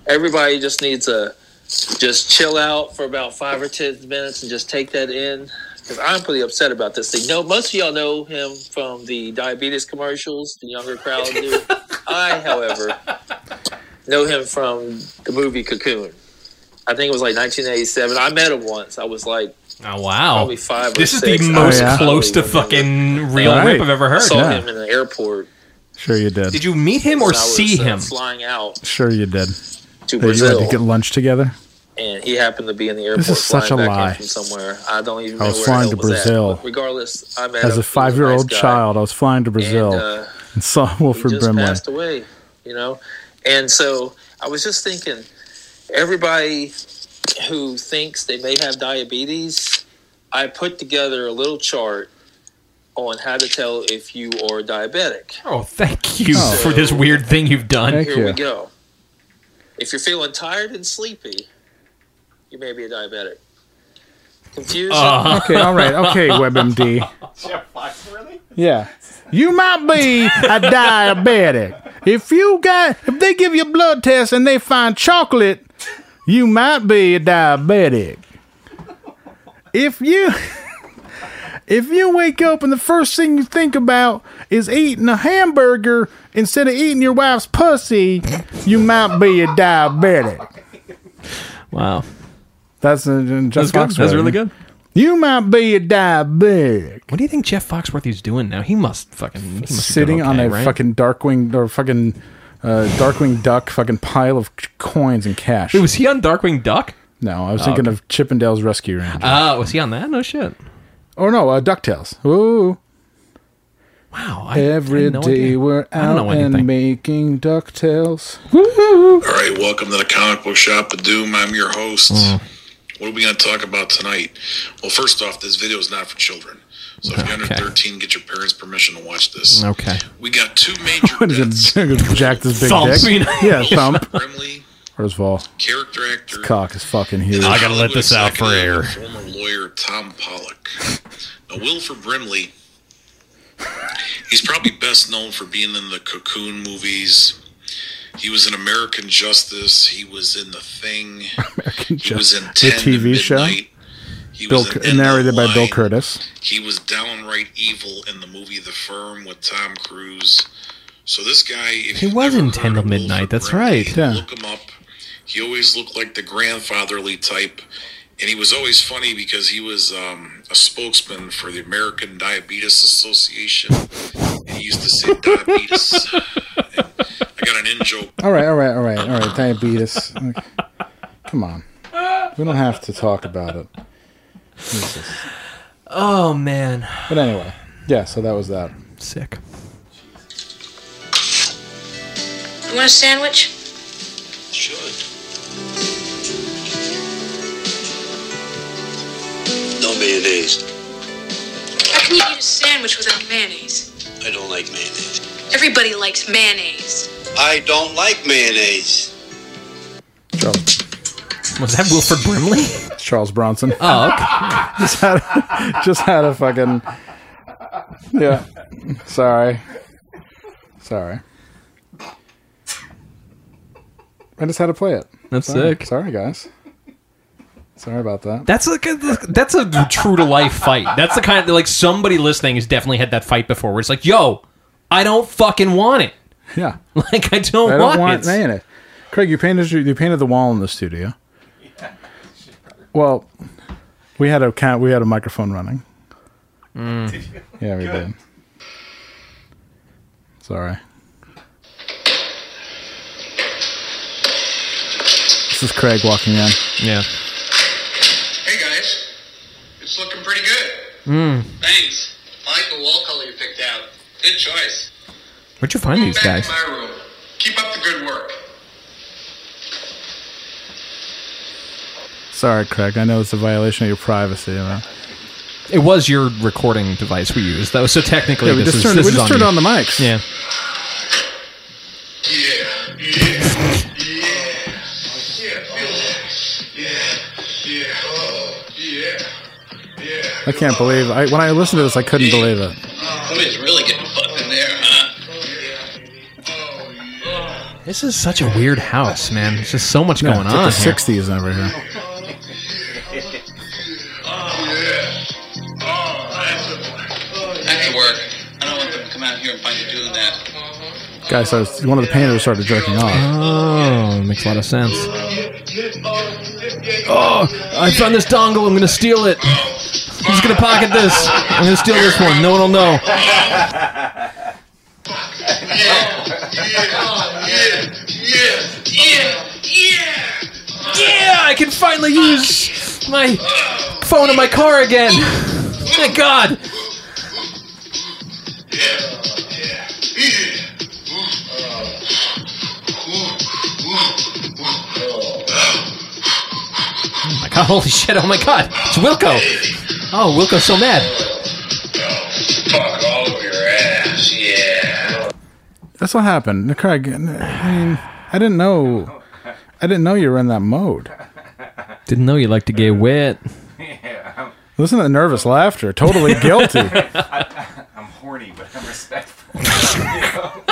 everybody just needs a just chill out for about five or ten minutes and just take that in because I'm pretty upset about this thing. No, most of y'all know him from the diabetes commercials. The younger crowd do. I, however, know him from the movie Cocoon. I think it was like 1987. I met him once. I was like
Oh wow.
probably five.
This
or
is
six.
the
I
most
Oh, yeah.
close to
remember.
fucking real
Right.
rip I've ever
I
heard.
saw
yeah.
him in the airport.
Sure you did.
Did you meet him or
when I was,
see
uh,
him?
flying out
Sure you did.
to
That you had
Brazil?
to get lunch together?
and he happened to be in the airport.
This is such
flying
a
back in
lie.
From somewhere, I don't even.
I
know
was
where
flying
the
to
hell it was at,
Brazil.
but regardless, I met him. He
As
was
a five year old
nice guy,
child, I was flying to
and,
Brazil and,
uh,
saw
he
Wilfred
just
Brimley.
passed away. You know, and so I was just thinking, everybody who thinks they may have diabetes, I put together a little chart on how to tell if you are diabetic.
Oh, thank you for this weird thing you've done.
Thank
Here we
you.
go. If you're feeling tired and sleepy, you may be a diabetic. Confusion.
Okay, all right. Okay, WebMD. Yeah. You might be a diabetic. If you got if they give you a blood test and they find chocolate, you might be a diabetic. If you if you wake up and the first thing you think about is eating a hamburger instead of eating your wife's pussy, you might be a diabetic.
Wow,
That's uh, Jeff
that's good. That's
Foxworthy.
really good.
You might be a diabetic.
What do you think Jeff Foxworthy's doing now? He must fucking he must be doing
sitting on
okay,
a
right?
fucking Darkwing or fucking uh, Darkwing Duck fucking pile of c- coins and cash.
Wait, was Oh, he on Darkwing Duck?
no, I was thinking of Chippendales Rescue Ranger.
Uh, was he on that? No shit.
oh no, uh, Ducktales. Ooh,
Wow. I, I
every
had no idea.
we're
I don't
out
know
and
anything.
making Ducktales.
All right, welcome to the comic book shop of doom. I'm your host.
Mm.
What are we going to talk about tonight? Well, first off, this video is not for children. So if you're under
Okay.
13, get your parents' permission to watch this.
Okay.
We got two major
What is
deaths.
it? Jack this big
Thump.
dick. Yeah, thump.
Brimley,
First of all,
character actor.
cock is fucking huge.
I gotta let this out for air.
Former lawyer Tom Pollock. Now, Wilford Brimley, he's probably best known for being in the Cocoon movies. He was in American Justice. He was in The Thing. He was in 10
the TV show.
He
Bill,
was in
Cur-
End of
narrated by Bill
Line.
Curtis.
He was downright evil in the movie The Firm with Tom Cruise. So this guy, if
He
you've
was
never
in
heard
10 till
of
Midnight,
Wilford
that's
Brimley,
right,
yeah.
Look him up. He always looked like the grandfatherly type, and he was always funny because he was um, a spokesman for the American Diabetes Association. And he used to say diabetes. And I got an in joke.
All right, all right, all right, all right. Diabetes. Okay. Come on, we don't have to talk about it. Jesus.
Oh man,
But anyway, yeah. So that was that.
sick.
You want a sandwich?
No mayonnaise.
How can you eat a sandwich without mayonnaise?
I don't like mayonnaise.
Everybody likes mayonnaise.
I don't like mayonnaise.
So
Was that Wilford Brimley?
Charles Bronson
Oh, okay.
just had a fucking yeah. Sorry, sorry. I just had to play it.
that's
Sorry,
sick.
sorry guys. Sorry about that.
That's like a, that's a true to life fight. That's the kind of like somebody listening has definitely had that fight before. Where it's like, yo, I don't fucking want it.
Yeah,
Like I don't,
I don't want
it.
mayonnaise. Craig, you painted you painted the wall in the studio. Well, we had a count. We had a microphone running. Yeah, we did. Sorry. This is Craig walking in.
Yeah.
Hey guys, it's looking pretty good.
Hmm.
Thanks. I like the wall color you picked out. Good choice.
Where'd you find these guys?
my room. Keep up the good work.
Sorry, Craig. I know it's a violation of your privacy. you know.
It was your recording device we used, though. So technically,
Yeah, we
this
just
is,
turned,
this
we
is
just
on,
turned
you.
on the mics.
Yeah.
Yeah, yeah, yeah, yeah, yeah, yeah, oh, yeah, yeah.
I can't believe I when I listened to this, I couldn't believe it.
Somebody's really getting fucked in there, huh?
This is such a weird house, man. There's just so much
Yeah,
going
it's like
on
the
here.
'60s over here.
That's the work. I don't want them to come out here and find you doing that.
Guy starts. One of the painters started jerking off.
Oh, makes a lot of sense. Oh, I found this dongle. I'm gonna steal it. I'm just gonna pocket this. I'm gonna steal this one. No one will know. Yeah, I can finally use my phone in my car again. Thank God. Oh my God, holy shit, oh my god, it's Wilco. Oh, Wilco's so mad.
Fuck.
That's what happened. Nick Craig, I mean, I didn't know. I didn't know you were in that mode.
Didn't know you liked to get wet.
Listen to the nervous laughter. Totally guilty.
I'm horny, but I'm respectful.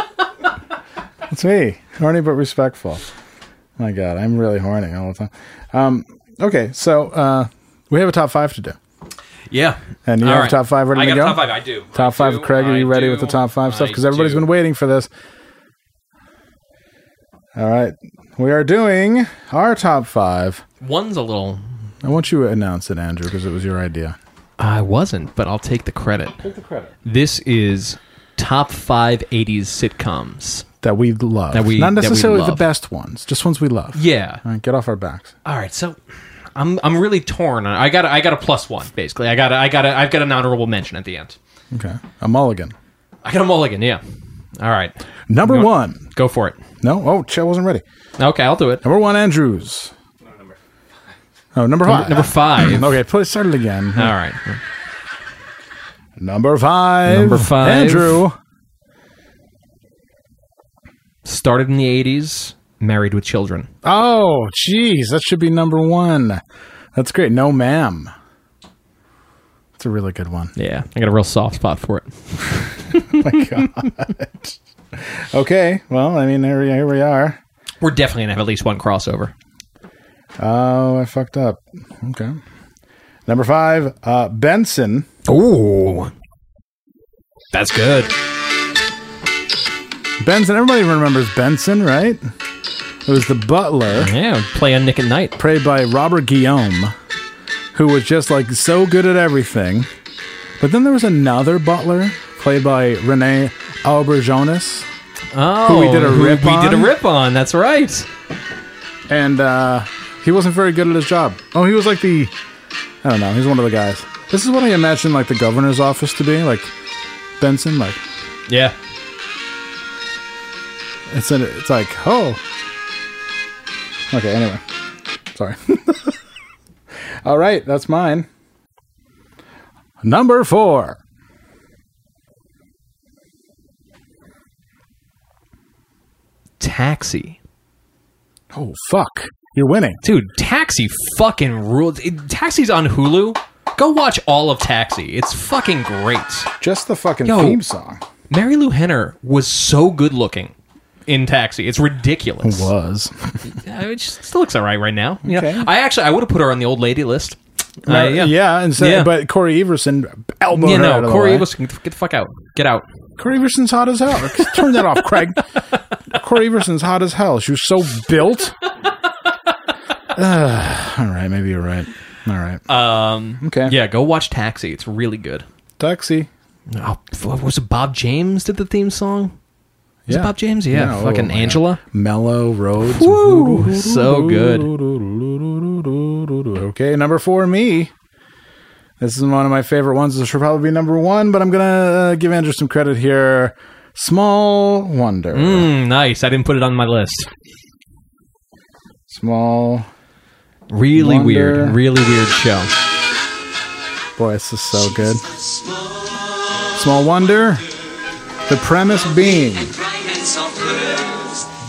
It's me, horny but respectful. My God, I'm really horny all the time. Um, okay, so uh, we have a top five to do,
Yeah.
and you
All
have
right.
a top five ready
I
to
got
go.
a top five. I do.
Top
I
five,
do,
Craig. Are you
I
ready
do,
with the top five stuff?
I
Because everybody's
do.
been waiting for this. All right, we are doing our top five.
One's a little.
I want you to announce it, Andrew, because it was your idea.
I wasn't, but I'll take the credit. Take the credit. This is top five 80s sitcoms.
That we love.
That we-
Not
that we
necessarily the
love.
best ones, just ones we love.
Yeah.
All right, get off our backs.
All right, so I'm I'm really torn. I got I got a plus one basically. I got I got I've got an honorable mention at the end.
Okay. A mulligan.
I got a mulligan. Yeah. All right,
Number
No.
one.
go for it.
No? Oh, shit, I wasn't ready.
Okay, I'll do it.
Number one, Andrews. Oh, number five.
Number five. All
Okay, please start it again.
right.
Number five.
Number five.
Andrew.
Started in the '80s. Married with children.
Oh, jeez, that should be number one. That's great. No, ma'am. That's a really good one.
Yeah, I got a real soft spot for it.
Okay, well, I mean, here we, here we are.
We're definitely gonna have at least one crossover.
Oh, I fucked up. Okay. Number five, uh, Benson.
Ooh, that's good.
Benson, everybody remembers Benson, right? It was the butler,
Yeah, play on Nick at Night.
played by Robert Guillaume, who was just like so good at everything. But then there was another butler, played by Rene Auberjonis.
Oh,
we did a rip
we did
on?
a rip on. That's right.
and uh, he wasn't very good at his job. Oh, he was like the I don't know. He's one of the guys. This is what I imagine like the governor's office to be like. Benson, like
Yeah.
it's an, it's like oh. Okay. Anyway, sorry. All right, that's mine. Number four.
Taxi.
Oh fuck! You're winning.
Dude, Taxi fucking rules. It- Taxi's on Hulu. Go watch all of Taxi. It's fucking great.
Just the fucking
Yo.
theme song
Mary Lou Henner was so good looking in Taxi. It's ridiculous.
was.
I mean, she still looks all right right now. Yeah.
Okay.
I actually, I would have put her on the old lady list. Uh,
yeah. and so,
Yeah.
but Corey Everson elbowed
You
her out
know,
of the
Corey
way.
was get the fuck out. Get out.
Corey Everson's hot as hell. Turn that off, Craig. Corey Everson's hot as hell. She was so built. Ugh. all right, maybe you're right. All right. Um. Okay.
Yeah, go watch Taxi. It's really good.
Taxi.
Oh, f- was it Bob James did the theme song? Was
Yeah.
it Bob James? Yeah.
Yeah, oh
fucking
my
Angela.
Mellow Roads.
Woo! So good.
Okay, number four, me. This is one of my favorite ones. This should probably be number one, but I'm gonna uh, give Andrew some credit here. Small wonder.
Mm, nice. I didn't put it on my list.
Small.
Really
Wonder.
weird. Really weird show.
Boy, this is so good. Small wonder. The premise being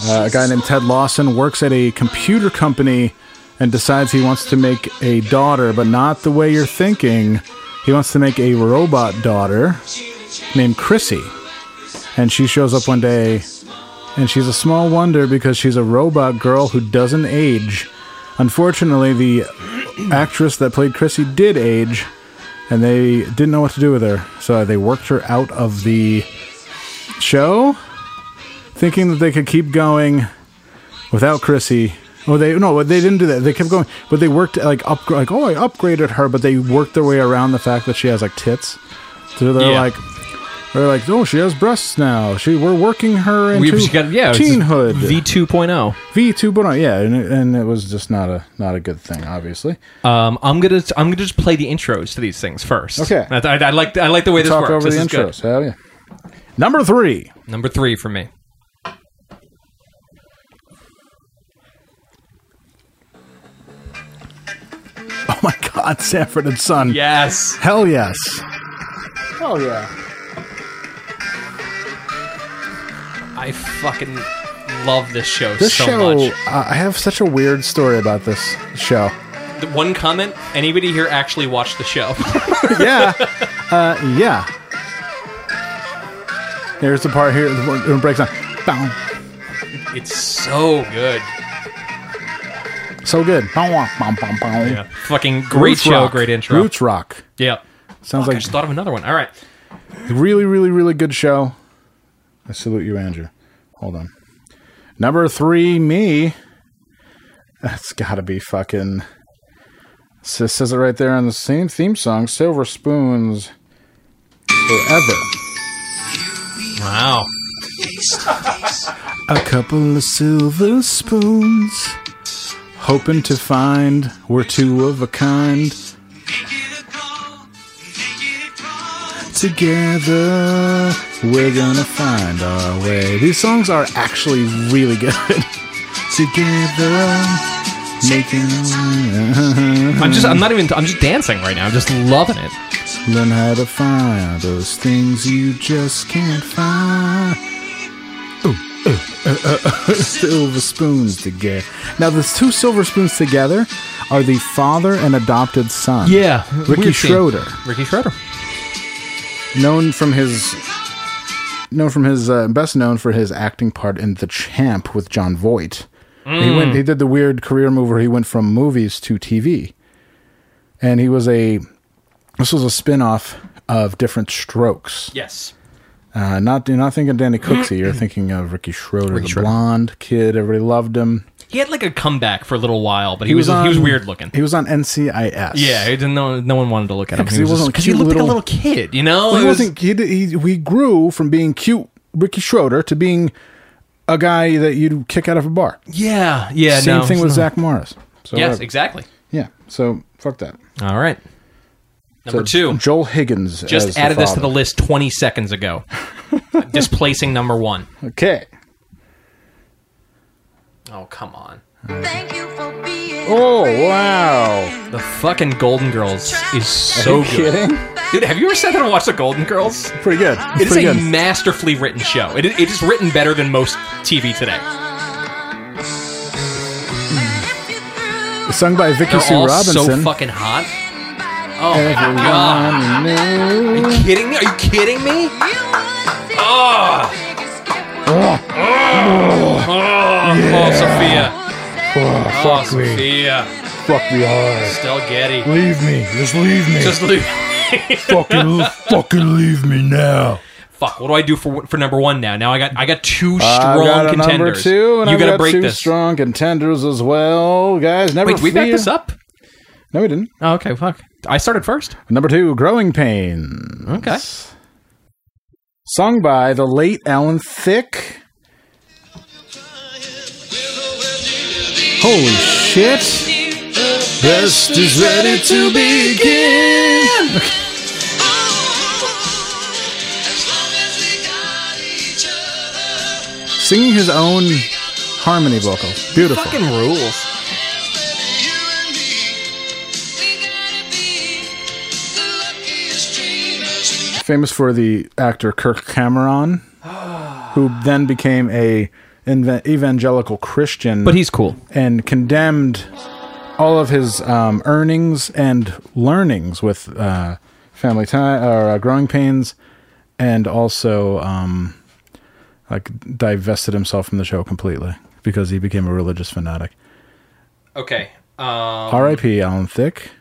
uh, a guy named Ted Lawson works at a computer company and decides he wants to make a daughter, but not the way you're thinking. He wants to make a robot daughter named Chrissy. And she shows up one day, and she's a small wonder because she's a robot girl who doesn't age. Unfortunately, the actress that played Chrissy did age, and they didn't know what to do with her, so they worked her out of the show, thinking that they could keep going without Chrissy. Oh, they no, they didn't do that. They kept going, but they worked like up, like oh, I upgraded her, but they worked their way around the fact that she has like tits. So they're
Yeah.
like, they're like, oh, she has breasts now. She we're working her into
We've just got yeah, it's
teenhood.
V two oh.
V two, but yeah, and, it- and it was just not a not a good thing, obviously.
Um, I'm gonna I'm gonna just play the intros to these things first.
Okay.
I, I, I like I like the way this
talk
works.
over
this
the
is
intros. Hell yeah. Number three,
good. Number three for me.
oh my God, Sanford and Son.
Yes.
Hell yes. Uh, Hell yeah.
I fucking love this show
This
so
show,
much.
I I have such a weird story about this show.
The one comment: anybody here actually watched the show?
yeah, uh, yeah. Here's the part here when when it breaks down. Bow.
it's so good.
So good. Bow, wow, bow, bow, bow.
Yeah, fucking great
Roots
show,
rock.
great intro.
Roots rock.
Yeah,
Sounds
Fuck, I
like
just thought of another one. All right,
Really, really, really good show. I salute you, Andrew. Hold on. Number three, me. That's got to be fucking. s- says it right there on the same theme song, Silver Spoons. Forever.
wow.
A couple of silver spoons. Hoping to find we're two of a kind. Together, we're gonna find our way. These songs are actually really good. Together, making our way.
I'm just I'm not even I'm just dancing right now. I'm just loving it.
Learn how to find those things you just can't find. Ooh, uh, uh, uh, uh, silver spoons together. Now, the two silver spoons together are the father and adopted son. Ricky
weird scene.
Schroeder,
Ricky Schroeder.
known from his known from his uh, best known for his acting part in The Champ with John Voight. He went. He did the weird career move where he went from movies to TV, and he was a. This was a spin-off of Different Strokes.
Yes.
Uh, not you're not thinking Danny Cooksey. You're thinking of Ricky Schroeder, the blonde kid. Everybody loved him.
He had like a comeback for a little while, but he, was, he was
on-
weird looking.
He was on NCIS.
yeah, he didn't know, no one wanted to look at him.
Yeah, 'cause he
was
wasn't a
just- he
cute
looked
little-
like a little kid, you know.
Well,
It
he
was-
wasn't. He, did- he we grew from being cute Ricky Schroeder to being a guy that you'd kick out of a bar.
yeah, yeah.
Same
no,
thing with
no.
Zach Morris. So
Yes,
whatever.
exactly.
yeah. So fuck that.
All right. Number
So
two.
Joel Higgins as
Just
the
added this to
father.
the list 20 seconds ago, displacing number one.
Okay.
Oh come on!
Oh wow!
The fucking Golden Girls is so
Are you
good,
kidding?
dude. Have you ever sat down and watched the Golden Girls?
Pretty good.
It is a
pretty good.
masterfully written show. It, it is written better than most TV today.
Sung by Vicky
They're
Sue
all so
Robinson.
fucking hot. Oh my
Everyone
god!
knew.
Are you kidding me? Are you kidding me? Oh, Sophia! Oh,
fuck me.
Sophia!
Fuck me hard.
Del Getty.
Leave me. Just leave me.
Just leave.
fucking, fucking leave me now.
Fuck! What do I do for for number one now? Now I got I got two
I've
strong
got a
contenders.
number two, and
you
I've
gotta
got
break
two
this.
strong contenders as well, guys. Never
Wait, did we back
fear-
this up?
No, we didn't.
Oh, okay, fuck. I started first.
Number two, growing pain,
Okay.
sung by the late Alan Thicke. Holy shit! Best is ready to begin.
Oh.
Singing his own harmony vocals, beautiful.
Fucking rules.
famous for the actor Kirk Cameron, who then became a inve- evangelical Christian,
But he's cool.
and condemned all of his um, earnings and learnings with uh, family time or uh, growing pains, and also um, like divested himself from the show completely because he became a religious fanatic.
Okay. Um,
R.I.P. Alan Thicke.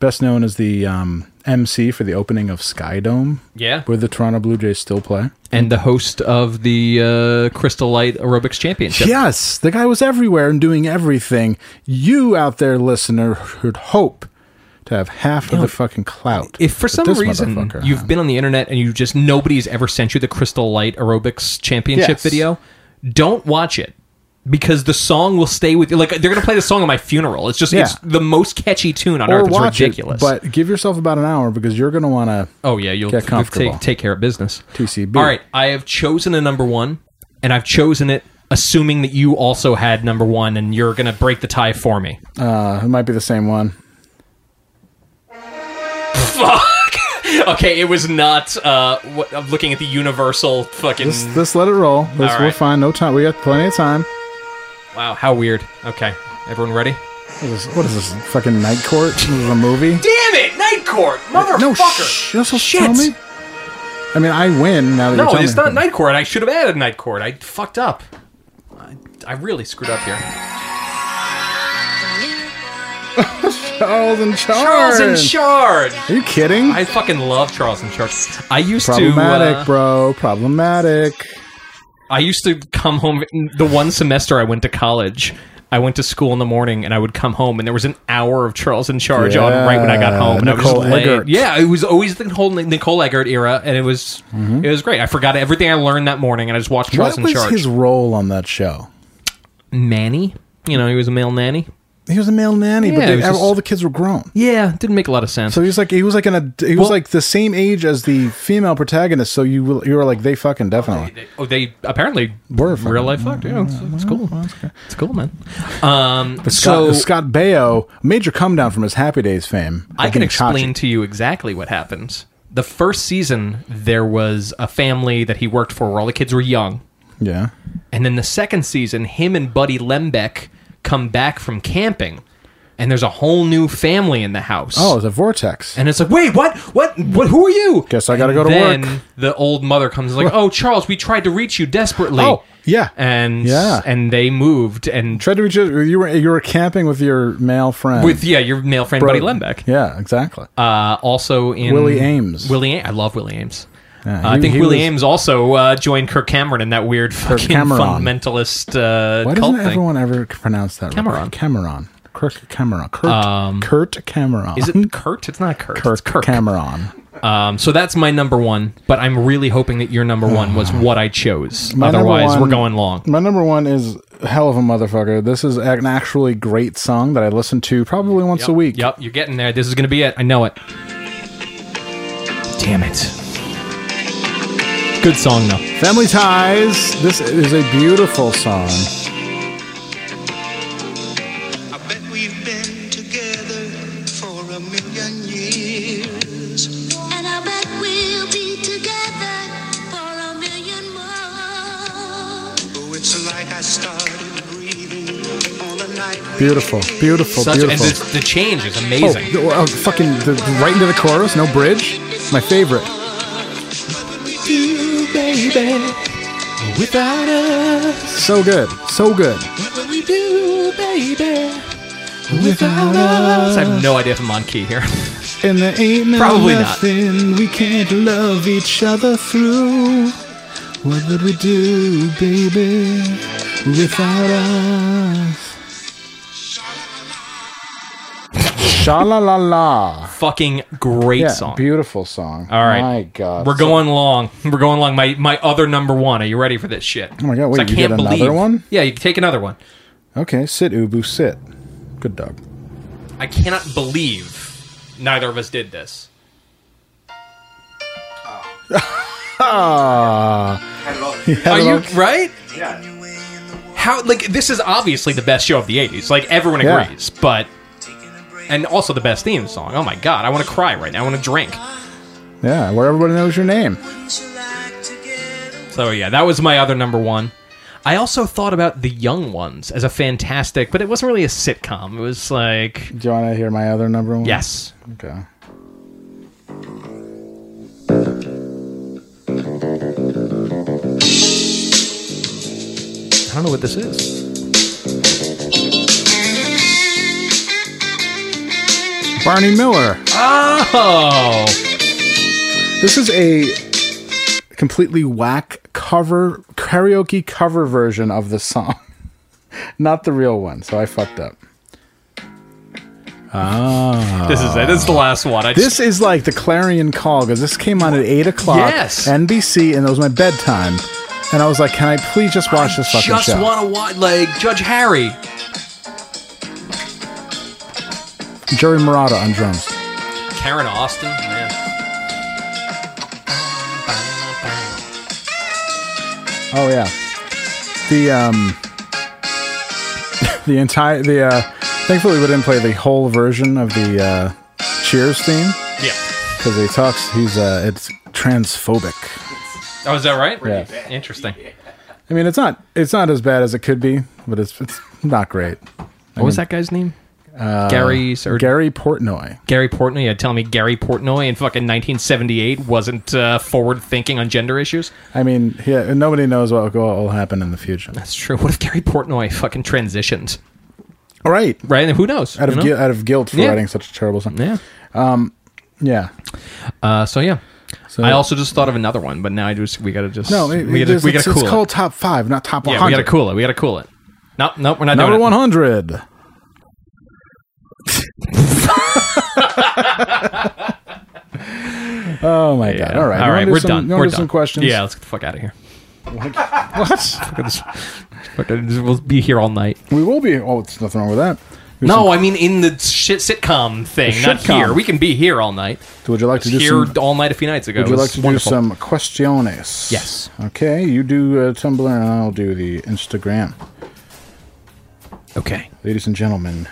Best known as the um, MC for the opening of Skydome,
yeah.
where the Toronto Blue Jays still play.
And the host of the uh, Crystal Light Aerobics Championship.
Yes, the guy was everywhere and doing everything. You out there, listener, should hope to have half of the fucking clout.
If for
that
some
this
reason
motherfucker
you've
had.
been on the internet and you just nobody's ever sent you the Crystal Light Aerobics Championship
Yes.
video, don't watch it because the song will stay with you. Like they're gonna play the song at my funeral. It's just it's
Yeah.
the most catchy tune on
or
earth. It's
watch
ridiculous.
it, but give yourself about an hour because you're going to want to.
oh yeah, you'll
Get comfortable.
take take care of business.
TCB.
All right, I have chosen a number one, and I've chosen it assuming that you also had number one, and you're gonna break the tie for me.
Uh, it might be the same one.
Fuck. okay, it was not. Uh, what, I'm looking at the universal fucking.
Just, just let it roll. This,
All
We're
right.
fine. No time. We got plenty of time.
Wow, how weird. Okay, everyone ready?
What is, what is this fucking night court? This is a movie.
Damn it, Night Court, motherfucker!
No, shh, you're supposed to tell me. I mean, I win now that
No,
you're telling
it's
me.
not Night Court. I should have added Night Court. I fucked up. I, I really screwed up here.
Charles and Charles.
Charles and Shard.
Are you kidding?
I fucking love Charles and Shard. I used
Problematic,
to. uh,
bro. Problematic.
I used to come home the one semester I went to college. I went to school in the morning and I would come home and there was an hour of Charles in Charge on right when I got
Yeah,
home and I
Nicole
was just laid-
Eggert.
Yeah, it was always the whole Nic- Nicole Eggert era and it was it was great. I forgot everything I learned that morning and I just watched Charles
Mm-hmm. What
in
was
Charge.
his role on that show?
nanny, you know, he was a male nanny.
He was a male nanny,
Yeah,
but
he
they,
was just-
all the kids were grown.
Yeah, didn't make a lot of sense.
So he was like he was like an ad- he was
Well-
like the same age as the female protagonist. So you will- you were like they fucking definitely.
oh, they apparently
Were Mm, fucking-
real life fucked. Yeah, it's, it's cool. It's cool, man. Um,
Scott,
so
Scott Baio major come down from his Happy Days fame. of
I can
being
explain
Chachi.
to you exactly what happens. The first season, there was a family that he worked for where all the kids were young.
Yeah,
And then the second season, him and Buddy Lembeck come back from camping, and there's a whole new family in the house.
oh, it's a vortex.
And it's like, wait, what? What? What? Who are you?
Guess I gotta
And
go to
then
work.
The old mother comes like, oh, Charles, we tried to reach you desperately.
Oh, yeah.
and
Yeah.
and they moved and
Tried to reach you. You were you were camping with your male friend
with yeah your male friend
Bro-
Buddy Lembeck.
Yeah, exactly.
Uh, also in
Willie Ames.
Willie, A- I love Willie Ames.
Yeah,
Uh, I
he-
think
he
Willie
was-
Ames also uh, joined Kirk Cameron in that weird fucking
Cameron.
fundamentalist uh,
Why
cult
doesn't
thing.
everyone ever pronounce that? right?
Cameron. Um,
Cameron. Kirk Cameron. Kurt, Kurt Cameron.
Is it Kurt? It's not Kurt.
Kirk,
it's Kirk.
Cameron?
Um, so that's my number one, but I'm really hoping that your number one was what I chose.
My number
Otherwise,
one-
we're going long.
My number one is "Hell of a Motherfucker." This is an actually great song that I listen to probably once a week.
Yep, you're getting there. This is going to be it. I know it. Damn it. Good song, though.
Family Ties. This is a beautiful song.
I bet we've been together for a million years. And I bet we'll be together for a million more. Oh, it's like I started breathing on the night. we
Beautiful, beautiful,
Such, and
beautiful.
the, the change is
oh,
amazing.
the- uh, fucking the, right into the chorus, no bridge. My favorite. Oh,
Without us,
So good, so good.
what will we do, baby? Without us. I have no idea if I'm on key here.
And there ain't no
Probably not.
nothing we can't love each other through. What would we do, baby, without us? Sha la la la.
Fucking great
Yeah,
song.
beautiful song.
All right.
my God,
We're going long. We're going long. My my other number one. Are you ready for this shit? Oh
my God, wait,
I
you
can't
get another
believe.
one?
Yeah, you can take another one.
Okay, sit, Ubu, sit. Good dog.
I cannot believe neither of us did this.
Ah,
Are
Hello.
you right? Yeah. How like this is obviously the best show of the '80s. Like everyone
Yeah.
agrees, but and also the best theme song. Oh my god, I want to cry right now. I want to drink.
yeah, where everybody knows your name.
So yeah, that was my other number one. I also thought about The Young Ones as a fantastic, but it wasn't really a sitcom. It was like
Do you want to hear my other number one?
yes,
Okay.
I don't know what this is.
Barney Miller.
Oh,
This is a completely whack cover karaoke cover version of the song. Not the real one, so I fucked up.
this is it. This is the last one. I just,
This is like the clarion call because this came on at eight o'clock
Yes.
NBC, and it was my bedtime. And I was like, "Can I please just watch this fucking
just
show?"
want to watch like Judge Harry.
Jerry Murata on drums.
Karen Austin, man.
Oh yeah, the um, the entire the uh, thankfully we didn't play the whole version of the uh, Cheers theme.
Yeah.
because he talks. He's uh, it's transphobic.
Oh, is that right?
Yeah.
Interesting.
I mean, it's not it's not as bad as it could be, but it's it's not great.
What was that guy's name?
Uh,
Gary or
Gary Portnoy.
Gary Portnoy. Yeah, tell me Gary Portnoy in fucking 1978 wasn't uh, forward thinking on gender issues.
I mean, yeah, nobody knows what will- what will happen in the future.
That's true. What if Gary Portnoy fucking transitioned?
All right,
right? And who knows?
Out of
you know?
gui- out of guilt for
Yeah.
writing such a terrible song.
Yeah.
Um, yeah.
Uh, so yeah.
So-
I also just thought of another one, but now I just we gotta just
No, it,
we
it
gotta,
is-
we
it's,
gotta cool
it's
it.
called top five, not top one
yeah, we
hundred.
gotta cool it. We gotta cool it. No, no, we're not
Number
doing
one hundred. oh my
it.
god! All right,
all
You wanna
right,
do
we're
some-
done.
You
we're
want to
done.
do some questions?
Yeah, let's get the fuck out of here.
What?
Fucking just- fucking- we'll be here all night.
We will be. Oh, it's nothing wrong with that. Here's
no,
some-
I mean in the shit sitcom thing,
The
not
shitcom.
here. We can be here all night.
Would you like to do
here
some?
all night a few nights ago.
Would you
It was
like to
wonderful.
do some questiones?
Yes.
Okay, you do uh, Tumblr, and I'll do the Instagram.
Okay.
Ladies and gentlemen,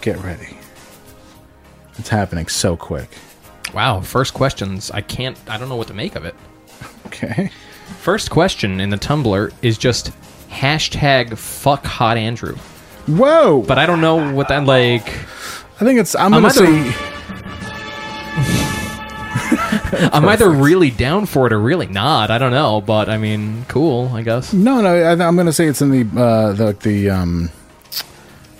get ready. It's happening so quick.
Wow, first questions. I can't. I don't know what to make of it.
Okay.
First question in the Tumblr is just hashtag fuck hot Andrew.
Whoa!
But I don't know what that like.
I think it's. I'm,
I'm
gonna
either-
say.
I'm either really down for it or really not. I don't know, but I mean, cool, I guess.
No, no. I, I'm gonna say it's in the uh, the the um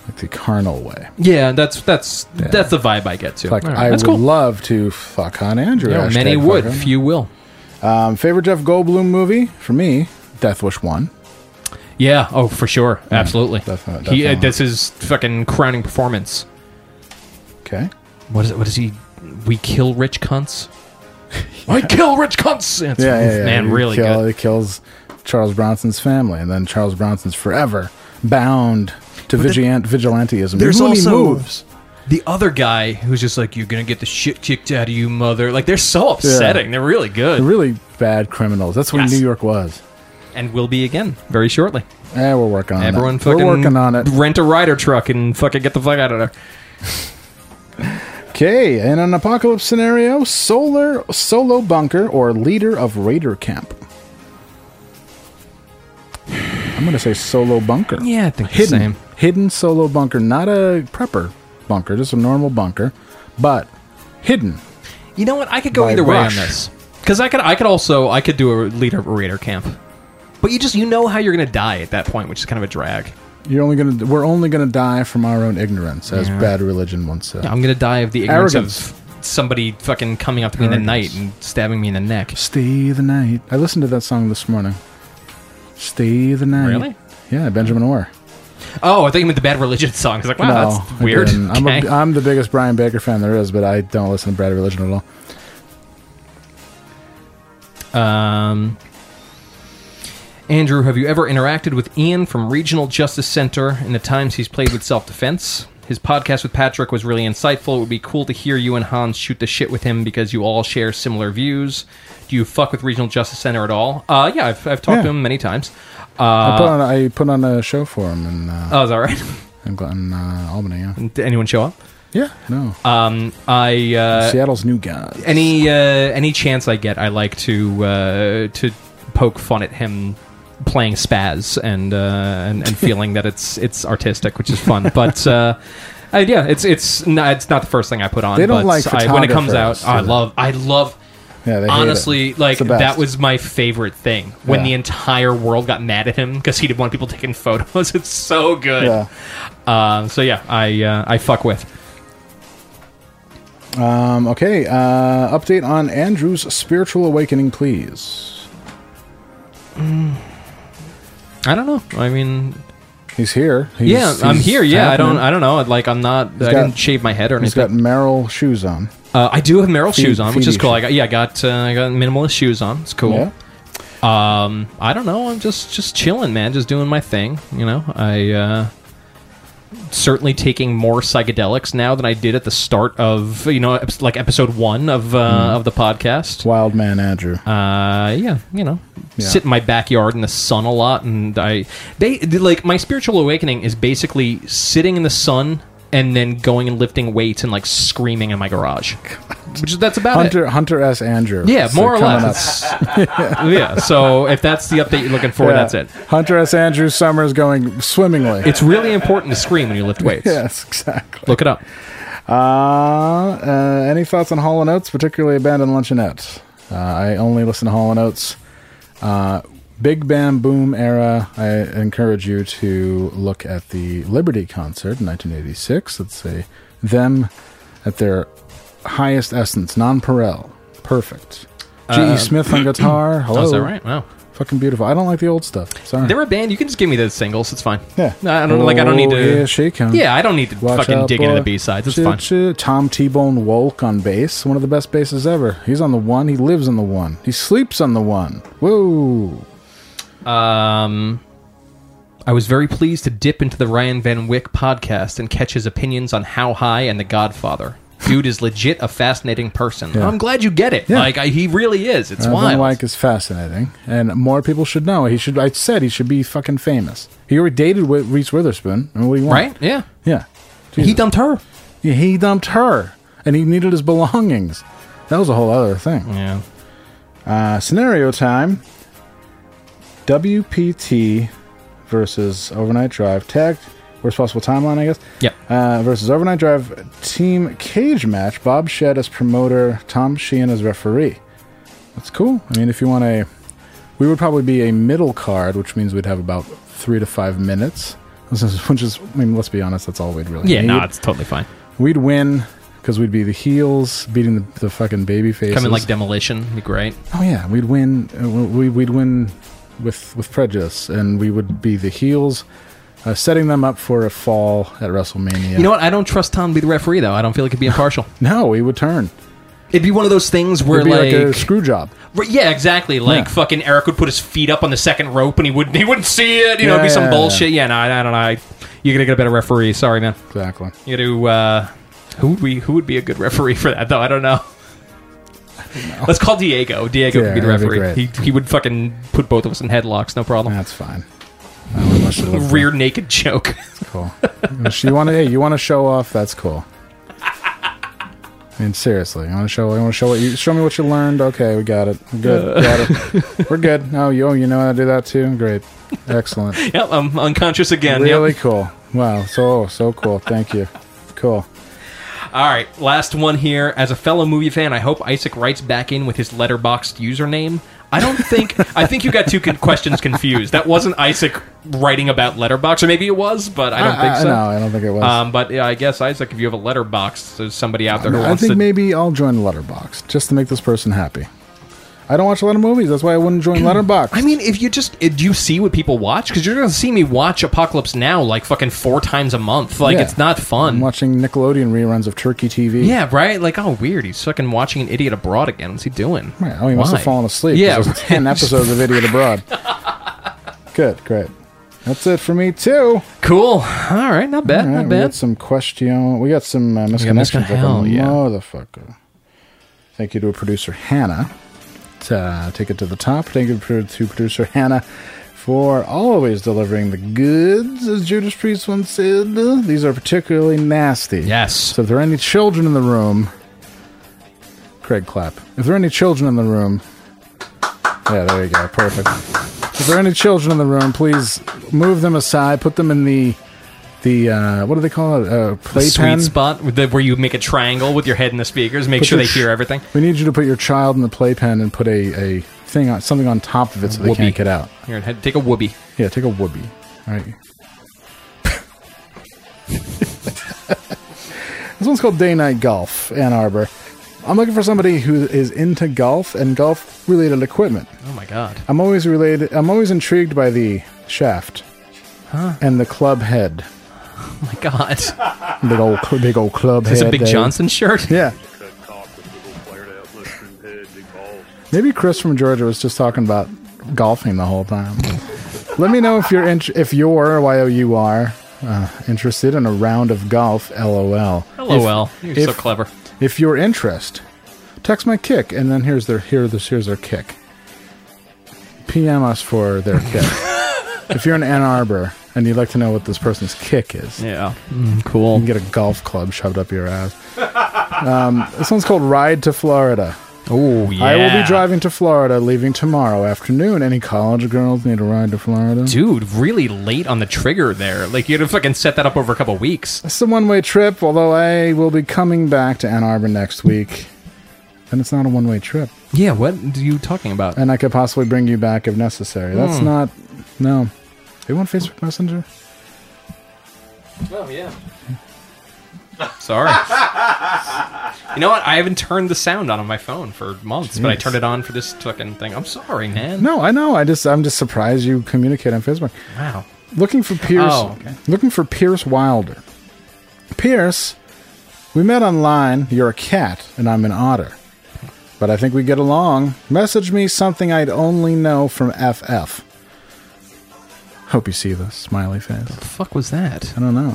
like the carnal way.
Yeah, that's that's that's the vibe I get to.
Like
All right,
I
that's
would
cool.
love to fuck on Andrew.
Yeah,
Hashtag
many
fuck
would,
on-
few will.
Um, favorite Jeff Goldblum movie for me, Death Wish One.
Yeah. Oh, for sure. Absolutely.
definitely,
He, uh,
definitely.
this is fucking crowning performance.
Okay.
What is it? What is he? We kill rich cunts. I kill rich cunts. It's-
Yeah, yeah, yeah.
man,
He
really
kill-
good.
He kills Charles Bronson's family, and then Charles Bronson's forever bound to vigilant, vigilantism.
There's
Even when
also-
he moves.
The other guy who's just like, "You're gonna get the shit kicked out of you, mother." Like they're so upsetting. They're really good,
They're really bad criminals. That's what
Yes.
New York was.
and will be again very shortly.
Eh, we're working on
Everyone
it.
fucking
We're working on it.
Rent a rider truck and fucking get the fuck out of there.
Okay, in an apocalypse scenario, solar solo bunker or leader of raider camp. I'm gonna say solo bunker.
Yeah, I think the
hidden,
same.
hidden solo bunker, not a prepper bunker, just a normal bunker, but hidden.
You know what? I could go
By
either way on
Rush.
this because I could. I could also. I could do a leader of a raider camp, but you just you know how you're gonna die at that point, which is kind of a drag.
You're only gonna. We're only gonna die from our own ignorance, as
Yeah.
bad religion once said.
I'm gonna die of the ignorance
Arrogance.
of somebody fucking coming up to me in the night
Arrogance.
and stabbing me in the neck.
Stay the night. I listened to that song this morning. Stay the night.
Really?
Yeah, Benjamin Orr.
Oh, I thought you meant the Bad Religion song. I was like, wow, that's
I
weird.
didn't. I'm,
Okay.
a, I'm the biggest Brian Baker fan there is, but I don't listen to Brad Religion at all.
Um, Andrew, have you ever interacted with Ian from Regional Justice Center in the times he's played with Self Defense? His podcast with Patrick was really insightful. It would be cool to hear you and Hans shoot the shit with him because you all share similar views. Do you fuck with Regional Justice Center at all? Uh, yeah, I've, I've talked
Yeah.
to him many times.
I, put
Uh,
on, I put on a show for him in, uh,
oh, is that right?
in, Gl- in uh, Albany. Yeah,
Did anyone show up?
yeah. No,
Um, I uh,
Seattle's new guy.
any uh, any chance I get, I like to uh, to poke fun at him playing spaz and uh, and, and feeling that it's it's artistic, which is fun. But uh, I, yeah, it's it's not, it's not the first thing I put on.
They don't
but
like
I, when it comes out.
photographers,
I
do they?
love I love.
Yeah, they hate it.
Honestly,
It's
like
the best.
that was my favorite thing when
Yeah.
the entire world got mad at him because he didn't want people taking photos. It's so good.
Yeah.
Uh, so yeah, I uh, I fuck with.
Um, okay. Uh, update on Andrew's spiritual awakening, please.
I don't know. I mean,
He's here. He's,
yeah, I'm
he's
here. Yeah, I don't.
happening.
I don't know. Like, I'm not. I
got-
didn't shave my head or
He's got
anything.
Merrill shoes on.
uh, I do have Meryl
Phoebe-
shoes on, which is
Phoebe
cool. I
shoes.
got yeah, I got uh, I got minimalist shoes on. It's cool.
Yeah.
Um, I don't know. I'm just just chilling, man. Just doing my thing. You know, I uh, certainly taking more psychedelics now than I did at the start of you know ep- like episode one of uh,
Mm.
of the podcast.
Wild man Andrew.
Uh, yeah, you know,
Yeah.
sit in my backyard in the sun a lot, and I they like my spiritual awakening is basically sitting in the sun and then going and lifting weights and like screaming in my garage, which is that's about it.
Hunter Hunter S. Andrew.
Yeah,
It's, uh,
more or
coming
less.
up.
yeah. So if that's the update you're looking for,
Yeah.
that's it.
Hunter S. Andrew Summers going swimmingly.
It's really important to scream when you lift weights.
yes, exactly.
Look it up.
Uh, uh, any thoughts on Hall & Oates, particularly Abandoned Luncheonette? Uh, I only listen to Hall & Oates. Uh, Big Bam Boom era, I encourage you to look at the Liberty concert in 1986. It's a them at their highest essence, nonpareil. Perfect. G.E.
Uh,
Smith on guitar. Hello.
Oh, is that right? Wow.
Fucking beautiful. I don't like the old stuff. Sorry.
They're a band. You can just give me the singles. It's fine.
Yeah.
I don't like. I don't need
Oh,
to.
yeah, she can.
Yeah, I don't need to fucking dig into the B sides. It's fine.
fun. Tom T Bone Wolk on bass, one of the best basses ever. He's on the one. He lives on the one. He sleeps on the one. Whoa!
Um, I was very pleased to dip into the Ryan Van Wyck podcast and catch his opinions on How High and The Godfather. Dude is legit a fascinating person.
Yeah.
I'm glad you get it.
Yeah.
Like I, he really is. It's
Evan
wild.
Wyke is fascinating, and more people should know. He should. I said he should be fucking famous. He already dated with Reese Witherspoon, and what do you want?
right? Yeah.
Yeah.
He dumped her.
Yeah, He dumped her, and he needed his belongings. That was a whole other thing.
Yeah.
Uh, scenario time. WPT versus Overnight Drive tag. Worst possible timeline, I guess.
Yep.
Uh, versus Overnight Drive team cage match. Bob Shedd as promoter, Tom Sheehan as referee. That's cool. I mean, if you want a, we would probably be a middle card, which means we'd have about three to five minutes. This is- Which is, I mean, let's be honest, that's all we'd really
Yeah.
need.
No, it's totally fine.
we'd win because we'd be the heels beating the, the fucking baby faces.
Come in like demolition. Be great.
Oh yeah, we'd win. uh, We, we'd win with with prejudice, and we would be the heels, uh, setting them up for a fall at WrestleMania.
You know what? I don't trust Tom to be the referee though. I don't feel like he'd be impartial.
No, we would turn.
It'd be one of those things where
It'd be like, a
like,
screw job.
Right, yeah, exactly. Like
Yeah.
fucking Eric would put his feet up on the second rope and he wouldn't he wouldn't see it. You know, it'd be
Yeah.
some bullshit. Yeah, no, I, I don't know. I, you're gonna get a better referee. Sorry, man.
Exactly.
You know, uh, who would we who would be a good referee for that though? I don't know. Let's call Diego. Diego
Yeah,
could be the
that'd be
referee.
great.
he, he would fucking put both of us in headlocks, no problem.
That's fine. That was much to live for.
Rear naked choke.
Cool. If you want to, hey, you want to show off? That's cool. I mean, seriously, I want to show. I want to show what you show me what you learned. Okay, we got it. We're
Uh.
good. Got it. We're good. Oh, you, oh, you know how to do that too. Great. Excellent.
yep, I'm unconscious again. yep.
really cool. Wow. So so cool. Thank you. Cool.
All right, last one here. As a fellow movie fan, I hope Isaac writes back in with his letterboxed username. I don't think I think you got two con- questions confused. That wasn't Isaac writing about letterbox, or maybe it was, but I don't think so.
No, I don't think it was.
Um, but yeah, I guess Isaac, if you have a letterbox, there's somebody out there who
I
wants
think
to.
maybe I'll join Letterbox just to make this person happy. I don't watch a lot of movies. That's why I wouldn't join Letterbox.
I mean, if you just eh, do you see what people watch? Because you're gonna see me watch Apocalypse Now like fucking four times a month. Like
Yeah.
it's not fun.
I'm watching Nickelodeon reruns of Turkey TV.
yeah, right. Like, oh, weird. He's fucking watching an idiot abroad again. What's he doing?
Right. Oh, he must
Why?
have fallen asleep. 'cause
Yeah,
There's 10 episodes of Idiot Abroad. Good. Great. That's it for me, too.
Cool. All right, not bad.
All right,
not
we got
bad.
some question. We got some uh, misconnections. like a
hell yeah.
Motherfucker. Thank you to producer Hannah. To, uh, take it to the top. Thank you pro- to producer Hannah for always delivering the goods, as Judas Priest once said. These are particularly nasty.
Yes.
So if there are any children in the room, Craig clap. If there are any children in the room, yeah, there you go. Perfect. If there are any children in the room, please move them aside. Put them in the the uh, what do they call it? Uh,
the
playpen.
sweet spot with the- where you make a triangle with your head in the speakers, make
Put
sure
your
they
ch-
hear everything.
We need you to put your child in the playpen and put a, a thing on something on top of it so they
Whoopee.
can't get out.
Here, head- take a whoopee.
Yeah, take a whoopee. All right. this one's called Day Night Golf, Ann Arbor. I'm looking for somebody who is into golf and golf related equipment.
Oh my god.
I'm always related. I'm always intrigued by the shaft and the club head.
Oh my god.
Big old, cl- big old club
Is this
head. uh,
a Big
there.
Johnson shirt?
Yeah.
balls.
Maybe Chris from Georgia was just talking about golfing the whole time. Let me know if you're int- if you're y o u r uh, interested in a round of golf. LOL.
LOL.
If-
You're so
if-
clever.
If your interest, text my kick, and then here's their here this here's their kick. PM us for their kick. if you're in Ann Arbor and you'd like to know what this person's kick is,
yeah,
Mm,
cool.
You can get a golf club shoved up your ass. Um, this one's called Ride to Florida.
Oh
I will
yeah.
be driving to Florida, leaving tomorrow afternoon. Any college girls need a ride to Florida?
Dude, really late on the trigger there. Like you'd have fucking set that up over a couple weeks.
It's a one way trip, although I will be coming back to Ann Arbor next week. And it's not a one way trip.
Yeah, what are you talking about?
And I could possibly bring you back if necessary. That's
Hmm.
not. No. Do you want Facebook Messenger?
Oh yeah. Sorry. you know what? I haven't turned the sound on on my phone for months, but I
Jeez.
turned it on for this fucking thing. I'm sorry, man.
No, I know. I just I'm just surprised you communicate on Facebook.
Wow.
Looking for Pierce.
Oh, okay.
Looking for Pierce Wilder. Pierce, we met online. You're a cat and I'm an otter. But I think we get along. Message me something I'd only know from FF. Hope you see this smiley face. What the
fuck was that?
I don't know.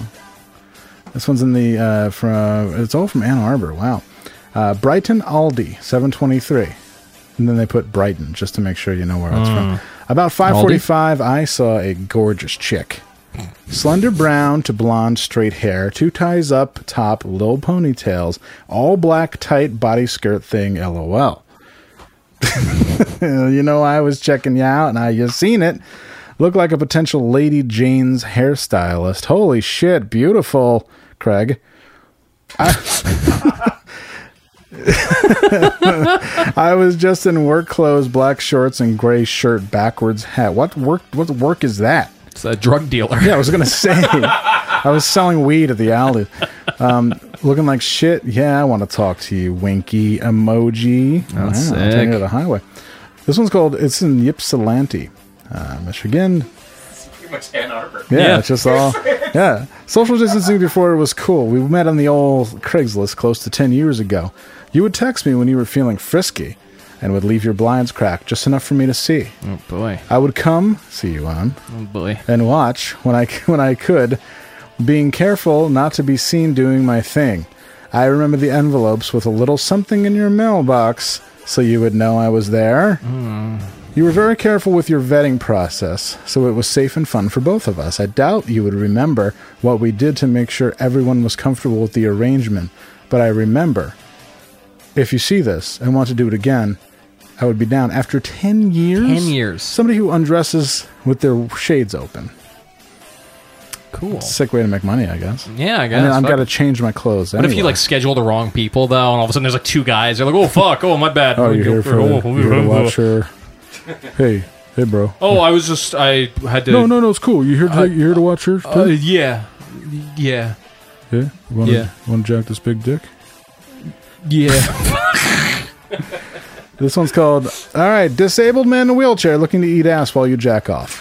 This one's in the uh, from. It's all from Ann Arbor. Wow. Uh, Brighton Aldi, seven twenty three, and then they put Brighton just to make sure you know where it's
Mm.
from. About five forty five, I saw a gorgeous chick, slender brown to blonde, straight hair, two ties up top, little ponytails, all black tight body skirt thing. LOL. you know, I was checking you out and I you seen it. Look like a potential Lady Jane's hairstylist. Holy shit, beautiful, Craig. I, I was just in work clothes, black shorts, and gray shirt, backwards hat. What work? What work is that?
It's a drug dealer.
Yeah, I was gonna say. I was selling weed at the alley. Um, looking like shit. Yeah, I want to talk to you, winky emoji.
That's
I'll take
sick.
you to the highway. This one's called. It's in Ypsilanti, uh, Michigan.
Pretty much Ann Arbor.
Yeah, it's just all. Yeah, social distancing before it was cool. We met on the old Craigslist close to ten years ago. You would text me when you were feeling frisky, and would leave your blinds cracked just enough for me to see.
Oh boy.
I would come see you on.
Oh boy.
And watch when I when I could, being careful not to be seen doing my thing. I remember the envelopes with a little something in your mailbox, so you would know I was there. You were very careful with your vetting process, so it was safe and fun for both of us. I doubt you would remember what we did to make sure everyone was comfortable with the arrangement, but I remember. If you see this and want to do it again, I would be down after 10 years.
10 years.
Somebody who undresses with their shades open.
Cool.
Sick way to make money, I guess.
Yeah, I
And
guess,
then I've
fuck.
got to change my clothes.
What if you
anyway.
like schedule the wrong people though, and all of a sudden there's like two guys? They're like, "Oh fuck! Oh my bad."
Oh, you're here for
oh,
you're here to watch her. Hey, hey, bro.
Oh, I was just I had to.
No, no, no. It's cool. You here? To,
Uh,
you here to watch her?
Uh,
too?
yeah, yeah,
yeah. You wanna,
yeah.
Want to jack this big dick?
yeah.
This one's called All Right, Disabled Man in a Wheelchair Looking to Eat Ass While You Jack Off.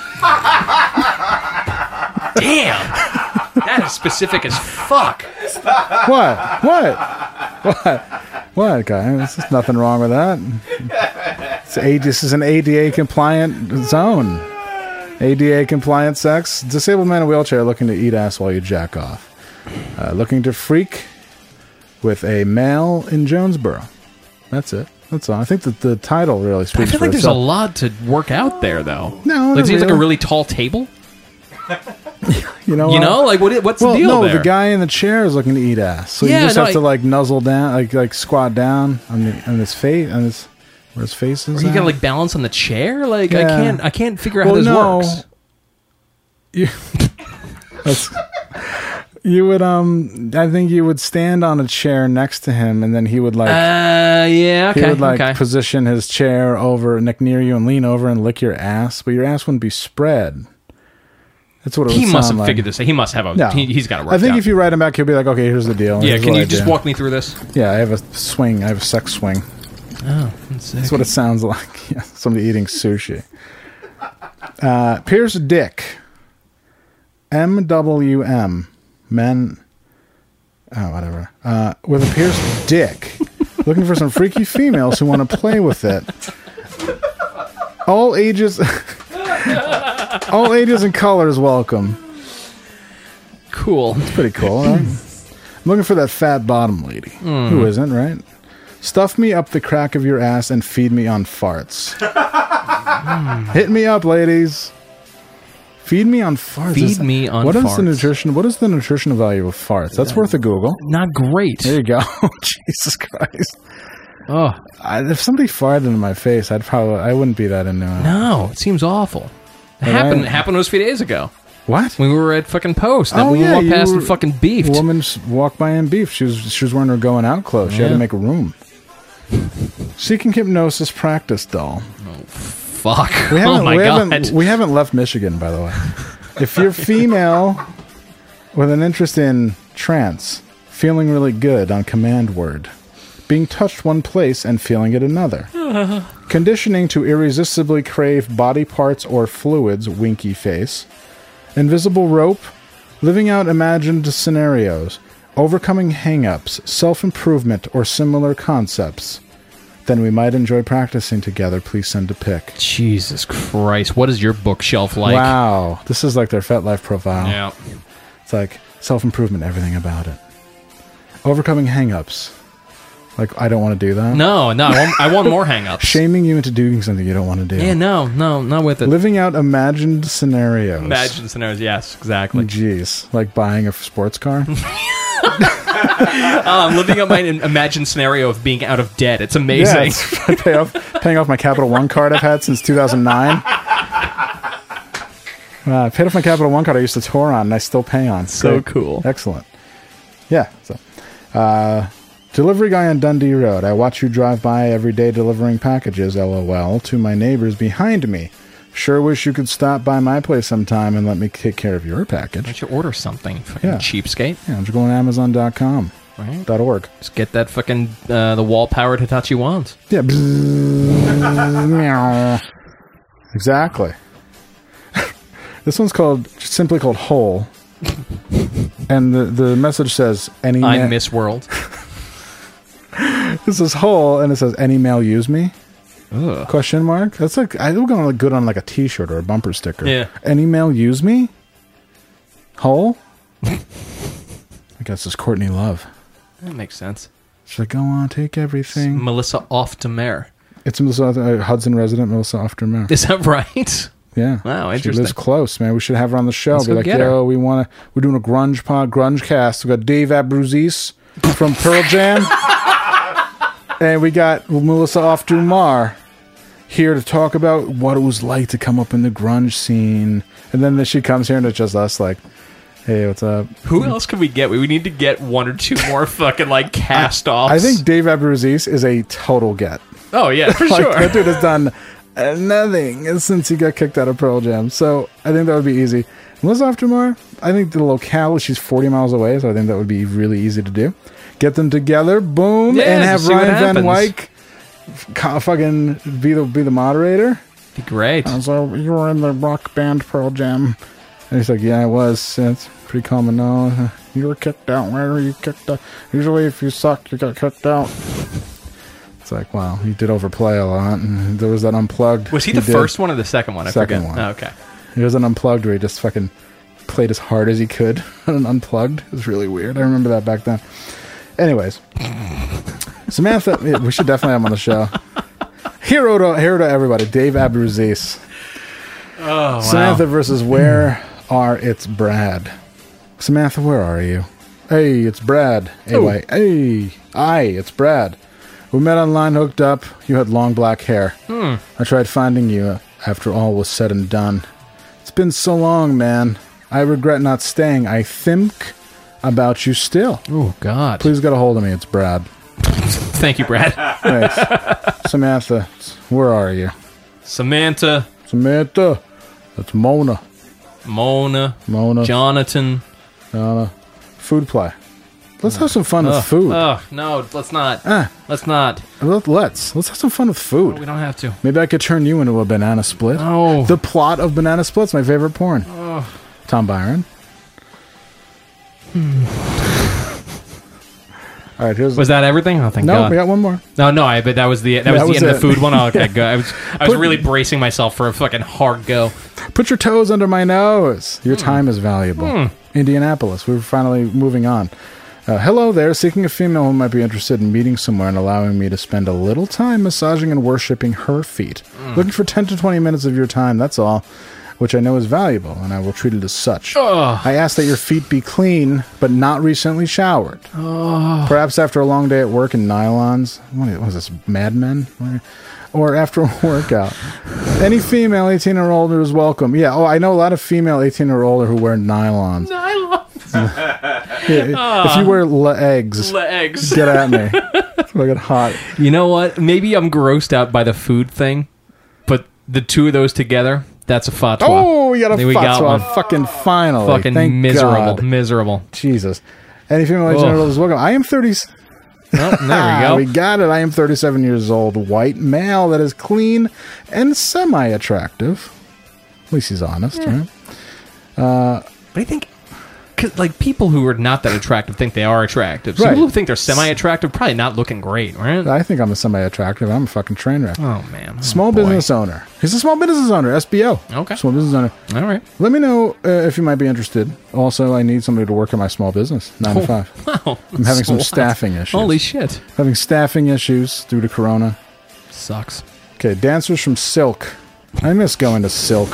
Damn, that is specific as fuck.
What? What? What? What, guy? There's nothing wrong with that. It's a, this is an ADA compliant zone. ADA compliant sex. Disabled man in wheelchair looking to eat ass while you jack off. Uh, looking to freak with a male in Jonesboro. That's it. That's all. I think that the title really
I
speaks
feel
for
like there's a
itself.
lot to work out there though.
No,
like,
not
it seems like a
really.
really tall table.
You know,
You
what?
know, like what? i- What's
well,
the deal
no,
there?
the guy in the chair is looking to eat ass, so
Yeah,
you just
no,
have to
I-
like nuzzle down, like like squat down on the on his face, on his where his face
Or
is.
you
at.
gotta like balance on the chair. Like I
Yeah.
can't. I can't figure out
Well,
how this
no.
works.
you, That's- you would um, I think you would stand on a chair next to him, and then he would like
Uh, yeah. Okay.
he would like
okay.
position his chair over like near you and lean over and lick your ass, but your ass wouldn't be spread. That's what it
He
would
must
sound
have
like.
figured this. out. He must have a.
No.
He, he's got to work.
I think
out.
if you write him back, he'll be like, "Okay, here's the deal."
Yeah.
Here's
Can
what I
you just
did."
walk me through this?
Yeah, I have a swing. I have a sex swing.
Oh, that's,
That's what it sounds like. Yeah, somebody eating sushi. Uh, Pierce Dick. MWM. Men. Oh, whatever. Uh, with a Pierce Dick. Looking for some freaky females who want to play with it. All ages. all ages and colors welcome.
Cool.
It's pretty cool. Right? I'm looking for that fat bottom lady.
Hmm.
Who isn't, right? Stuff me up the crack of your ass and Hmm. feed me on farts. Hit me up, ladies. Feed me on farts.
Feed
Is that-
me on
what is
farts.
the nutrition? What is the nutritional value of farts? That's worth a Google.
Not great.
There you go. Jesus Christ.
Oh
I, if somebody farted in my face, I'd probably I wouldn't be that into it.
no, it seems awful. It
And
happened.
I-
it happened to us a few days ago.
What?
When we were at fucking Post. That we walked
Oh, you
past
were-
and fucking beefed.
A woman s- walked by and beefed. She was she was wearing her going out clothes. She had
Yeah.
to make room. Seeking hypnosis practice doll.
Fuck.
We haven't,
Oh my
we
god.
Haven't, we haven't left Michigan, by the way. If you're female with an interest in trance, feeling really good on command word, being touched one place and feeling it another, conditioning to irresistibly crave body parts or fluids, winky face, invisible rope, living out imagined scenarios, overcoming hang ups, self improvement, or similar concepts, then we might enjoy practicing together. Please send a pic.
Jesus Christ. What is your bookshelf like?
Wow, this is like their Fet Life profile.
Yeah.
It's like self improvement, everything about it. Overcoming hang ups. Like, I don't want to do that.
No, no. I want, I want more hangups.
Shaming you into doing something you don't want to do.
Yeah, no, no, not with it.
Living out imagined scenarios.
Imagine scenarios. Yes, exactly.
Mm. Jeez, like buying a sports car.
Ah, I'm living up my imagined scenario of being out of debt. It's
yeah,
amazing.
it's- I pay off, paying off my Capital One card I've had since 2009. Uh, I paid off my Capital One card I used to tour on, and I still pay on.
So cool.
Excellent. Yeah. So, uh, delivery guy on Dundee Road. I watch you drive by every day delivering packages. LOL. To my neighbors behind me. Sure wish you could stop by my place sometime and let me take care of your
Why
package.
don't you order something, you fucking
Yeah.
cheapskate?
Yeah, I'm just going to Amazon.com.
Right.
Dot org.
Just get that fucking uh, the wall powered Hitachi wand.
Yeah. meow. exactly. this one's called simply called hole. And the, the message says any
I
ma-
miss world.
this is hole and it says any male use me
Ugh.
question mark that's like I look on like good on like a t-shirt or a bumper sticker
Yeah.
any male use me hole I guess it's Courtney Love
That makes sense.
she's like go on take everything
Melissa off to mare.
it's Melissa, uh, Hudson resident Melissa Aftermath
Is that right?
Yeah.
Wow,
She
interesting.
lives close, man. We should have her on the show.
Let's
Be
go
like,
get
yo,
her."
we want to. We're doing a grunge pod, grunge cast. We got Dave Abruzzese from Pearl Jam, and we got Melissa Off Dumar here to talk about what it was like to come up in the grunge scene. And then she comes here and it's just us, like, hey, what's up?
Who else can we get? We would need to get one or two more fucking like cast offs.
I think Dave Abruzzese is a total get.
Oh yeah, for
like,
sure.
That dude has done uh, nothing since he got kicked out of Pearl Jam. So I think that would be easy. Liz Aftermar, I think the locale, she's 40 miles away, so I think that would be really easy to do. Get them together, boom,
Yeah,
and
just
have
see what
Ryan Van
happens.
Wyck f- co- fucking be the, be the moderator.
Be great.
And So you were in the rock band Pearl Jam. And he's like, yeah, I was. It's pretty common now. You were kicked out. Why were you kicked out? Usually if you suck, you got kicked out. It's like, wow, he did overplay a lot. And there was that unplugged.
Was he the
did-
first one or the second one? I
Second
forget.
one.
Oh, okay.
He was an unplugged where he just fucking played as hard as he could on an unplugged. It was really weird. I remember that back then. Anyways, Samantha, yeah, we should definitely have him on the show. Hero to, hero to everybody, Dave Abruzzese.
Oh wow.
Samantha versus Where Are It's Brad? Samantha, where are you? Hey, it's Brad. Anyway,
Oh.
hey, I, it's Brad. We met online, hooked up. You had long black hair.
Hmm.
I tried finding you after all was said and done. It's been so long, man. I regret not staying. I think about you still.
Oh god.
Please get a hold of me. It's Brad.
Thank you, Brad.
Thanks. Samantha, where are you?
Samantha,
Samantha, that's Mona.
Mona,
Mona.
Jonathan.
Food play. Let's have some fun
Ugh.
with food.
Ugh, no, let's not.
Ah.
Let's not.
Let- Let's let's have some fun with
We
food.
don't have to.
Maybe I could turn you into a banana split.
No.
The plot of Banana Split's my favorite porn. Tom Byron. All right, here's
Was that everything? Oh, thank
no.
God.
We got one more.
No, no, I, but that was the that was
That
the
was
end of the
it.
food one. Oh, okay, good. I was I was
Put-
really bracing myself for a fucking hard go.
Put your toes under my nose. Your time is valuable. Indianapolis. We were finally moving on. Uh, hello there. Seeking a female who might be interested in meeting somewhere and allowing me to spend a little time massaging and worshiping her feet. Looking for 10 to 20 minutes of your time. That's all. which I know is valuable, and I will treat it as such. I ask that your feet be clean, but not recently showered. Perhaps after a long day at work in nylons. What is what is this, Mad Men? Or after a workout. Any female 18 or older is welcome. Yeah, oh, I know a lot of female 18 or older who wear nylons. Yeah,
Ah.
if you wear legs,
Legs.
get at me. Look at hot.
You know what? Maybe I'm grossed out by the food thing, but the two of those together, that's a fatwa.
Oh, we got a
We got
fatwa.
one.
Fucking finally.
Fucking
Thank
miserable.
God.
Miserable.
Jesus. Any female agent
Ugh.
general is welcome. I am 30.
Oh, there we
Ah,
go.
we got it. I am 37 years old, white male that is clean and semi attractive. At least he's honest, right?
But I think, 'cause, like, people who are not that attractive think they are attractive. So
Right.
People who think they're semi attractive probably not looking great, right?
I think I'm a semi attractive. I'm a fucking train wreck.
oh, man. Oh,
small
boy.
business owner. He's a small business owner, SBO.
Okay.
Small business owner.
All right.
Let me know uh, if you might be interested. Also, I need somebody to work in my small business, nine to five.
Wow.
I'm having
That's a
some
lot.
staffing issues.
Oh, Holy shit.
having staffing issues due to Corona.
Sucks.
Okay, dancers from Silk. I miss going to Silk.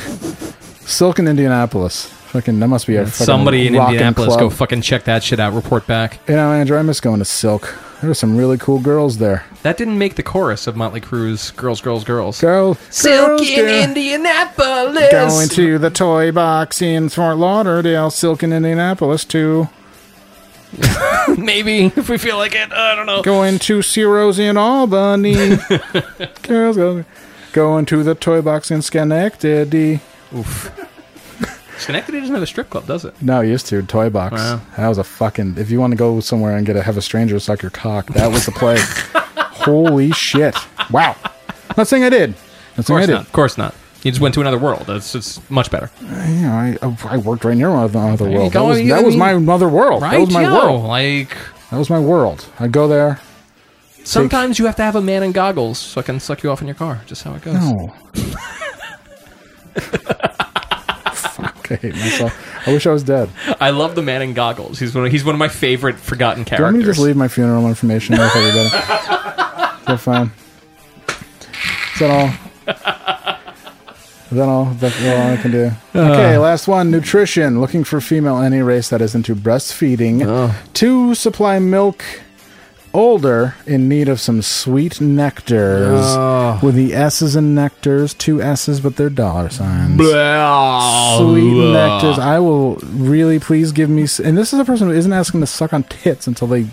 Silk in Indianapolis. Fucking, that must be a fucking
Somebody in
rockin'
Indianapolis, go
club.
fucking check that shit out. Report back.
you know, Andrew, I miss going to Silk. There were some really cool girls there.
That didn't make the chorus of Motley Crue's Girls, Girls, Girls.
Girl,
Silk
girls,
in
girl.
Indianapolis.
Going to the toy box in Fort Lauderdale, Silk in Indianapolis too.
Maybe if we feel like it. I don't know.
Going to Ciro's in Albany. girls, girls. Going to the toy box in Schenectady.
Schenectady doesn't have a strip club, does it?
No, it used to toy box.
Wow.
That was a fucking. If you want to go somewhere and get a have a stranger suck your cock, that was the place. Holy shit! Wow. Not saying I did. Not
Of
saying I
course
did.
not. Of course not. You just went to another world. That's it's much better.
You know, I, I worked right near my other, other
you
world. That
go.
was,
You-
that
I
was my
mean-
mother world.
Right?
That was my
yo,
world.
Like
That was my world. I go there.
sometimes you have to have a man in goggles so I can suck you off in your car. Just how it goes.
No. Fuck! I hate myself. I wish I was dead.
I love the man in goggles. He's one. Of, he's one of my favorite forgotten
Do you want me to
characters.
just leave my funeral information there for everybody? Is that fine? Is that all? Is that all? That's all I can do. Okay, last one. Nutrition. Looking for female any race that is into breastfeeding to supply milk. Older in need of some sweet nectars with the S's and nectars, two S's, but they're dollar signs
Blah.
sweet nectars. I will really please give me. s- And this is a person who isn't asking to suck on tits until they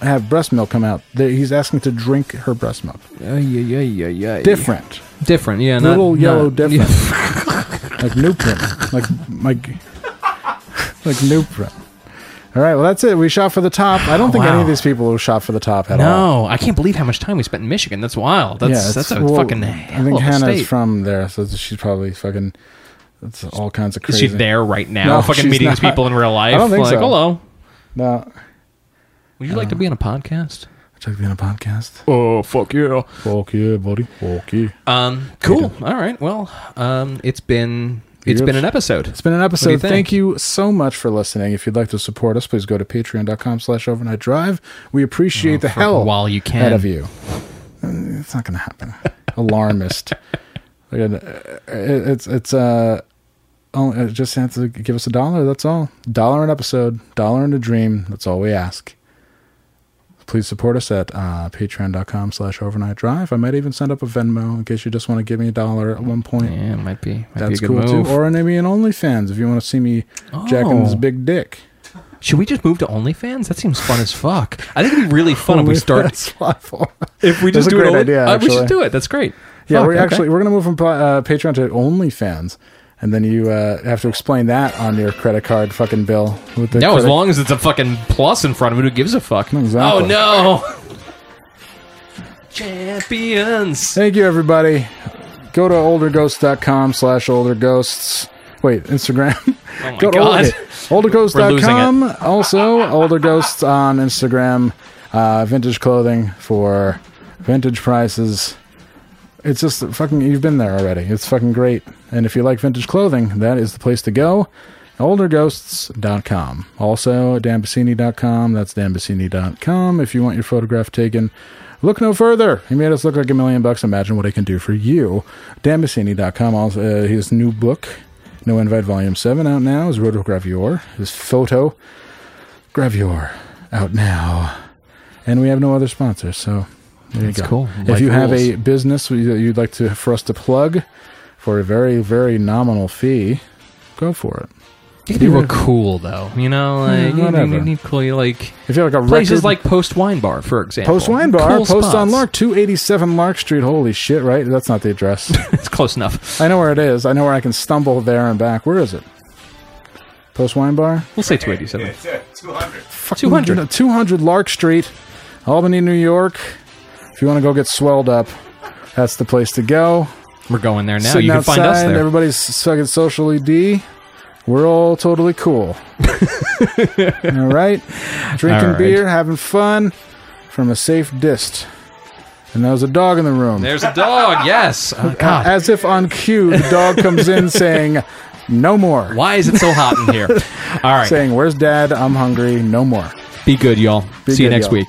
have breast milk come out. They- He's asking to drink her breast milk.
Yeah, yeah, yeah, yeah.
Different,
Different. Yeah. not-
little
not,
yellow
yeah.
different, like Nuprin, like like like Nuprin. All right, well that's it. We shot for the top. I don't think any
Oh, Wow.
of these people shot for the top at all.
No, I can't believe how much time we spent in Michigan. That's wild. That's
it's-
that's a
well,
fucking.
I
Hell
think
of a
Hannah's
state.
from there, so she's probably fucking. That's all kinds of
Is
crazy.
she there right now?
No,
fucking
she's
meeting these
not.
people in real life.
I don't think
like,
so.
hello.
No,
Would you like to be on a podcast?
check me on a podcast.
Oh fuck yeah.
Fuck yeah, buddy. Fuck yeah.
Um, cool. All right. Well, um, it's been it's
Yes.
been an episode.
It's been an
What do you
episode.
think?
Thank you so much for listening. If you'd like to support us, please go to patreon.com slash overnight drive. We appreciate the hell
Oh, while you can.
out of you. Uh, It's not going to happen. Alarmist. Again, uh, it- It's, it's, uh, only, uh, just have to give us a dollar. That's all. Dollar an episode, dollar and a dream. That's all we ask. Please support us at uh, patreon.com slash overnight drive. I might even send up a Venmo in case you just want to give me a dollar at one point.
Yeah, it might be. Might
That's
be a
cool
good move.
too. Or an Emmy and OnlyFans if you want to see me jacking
Oh.
this big dick.
Should we just move to OnlyFans? That seems fun as fuck. I think it'd be really fun if we start
That's awful.
if we
That's
just
a
do it.
great
only-
idea,
uh, we
actually.
should do it. That's great.
Yeah,
Fuck,
we're
okay.
actually we're gonna move from uh, Patreon to OnlyFans, and then you uh, have to explain that on your credit card fucking bill. With the
No, as
credit-
long as it's a fucking plus in front of it, who gives a fuck?
Exactly.
Oh no. Champions.
Thank you, everybody. Go to olderghosts.com slash olderghosts. Wait, Instagram.
Oh my
Go to
God.
Older,
We're losing
olderghosts.com. Also, Older Ghosts on Instagram. Uh, vintage clothing for vintage prices. It's just fucking, you've been there already. It's fucking great. And if you like vintage clothing, that is the place to go. Olderghosts.com. Also, danbassini.com. That's danbassini.com. If you want your photograph taken, Look no further. He made us look like a million bucks. Imagine what he can do for you. DanBassini.com. Also, uh, his new book No Invite Volume 7 out now is Rotogravure, is Photo Gravure out now. And we have no other sponsors, so there
That's
you go.
cool.
If
Life
you have
rules.
a business that you'd like to for us to plug for a very, very nominal fee, go for it.
You can be real cool though, you
Yeah,
know. Like you- you,
whatever.
you need cool, you like
If you have like a
places
record-
like Post Wine Bar, for example.
Post Wine Bar,
Cool
Post on
spots.
Lark, 287 Lark Street. Holy shit, right? That's not the address.
It's close enough.
I know where it is. I know where I can stumble there and back. Where is it? Post Wine Bar?
We'll say 287.
Two hundred.
Fucking
200.
no, 200 Lark Street, Albany, New York. If you want to go get swelled up, that's the place to go.
We're going there now.
Sitting
you can
outside,
find us there.
everybody's fucking socially D. We're all totally cool. all right? Drinking
All right.
beer, having fun from a safe dist. And there was a dog in the room.
There's a dog. Yes. Oh, God.
As if on cue, the dog comes in saying, No more.
Why is it so hot in here? All right.
Saying, Where's dad? I'm hungry. No more.
Be good, y'all.
Be
See you
good,
next
y'all.
week.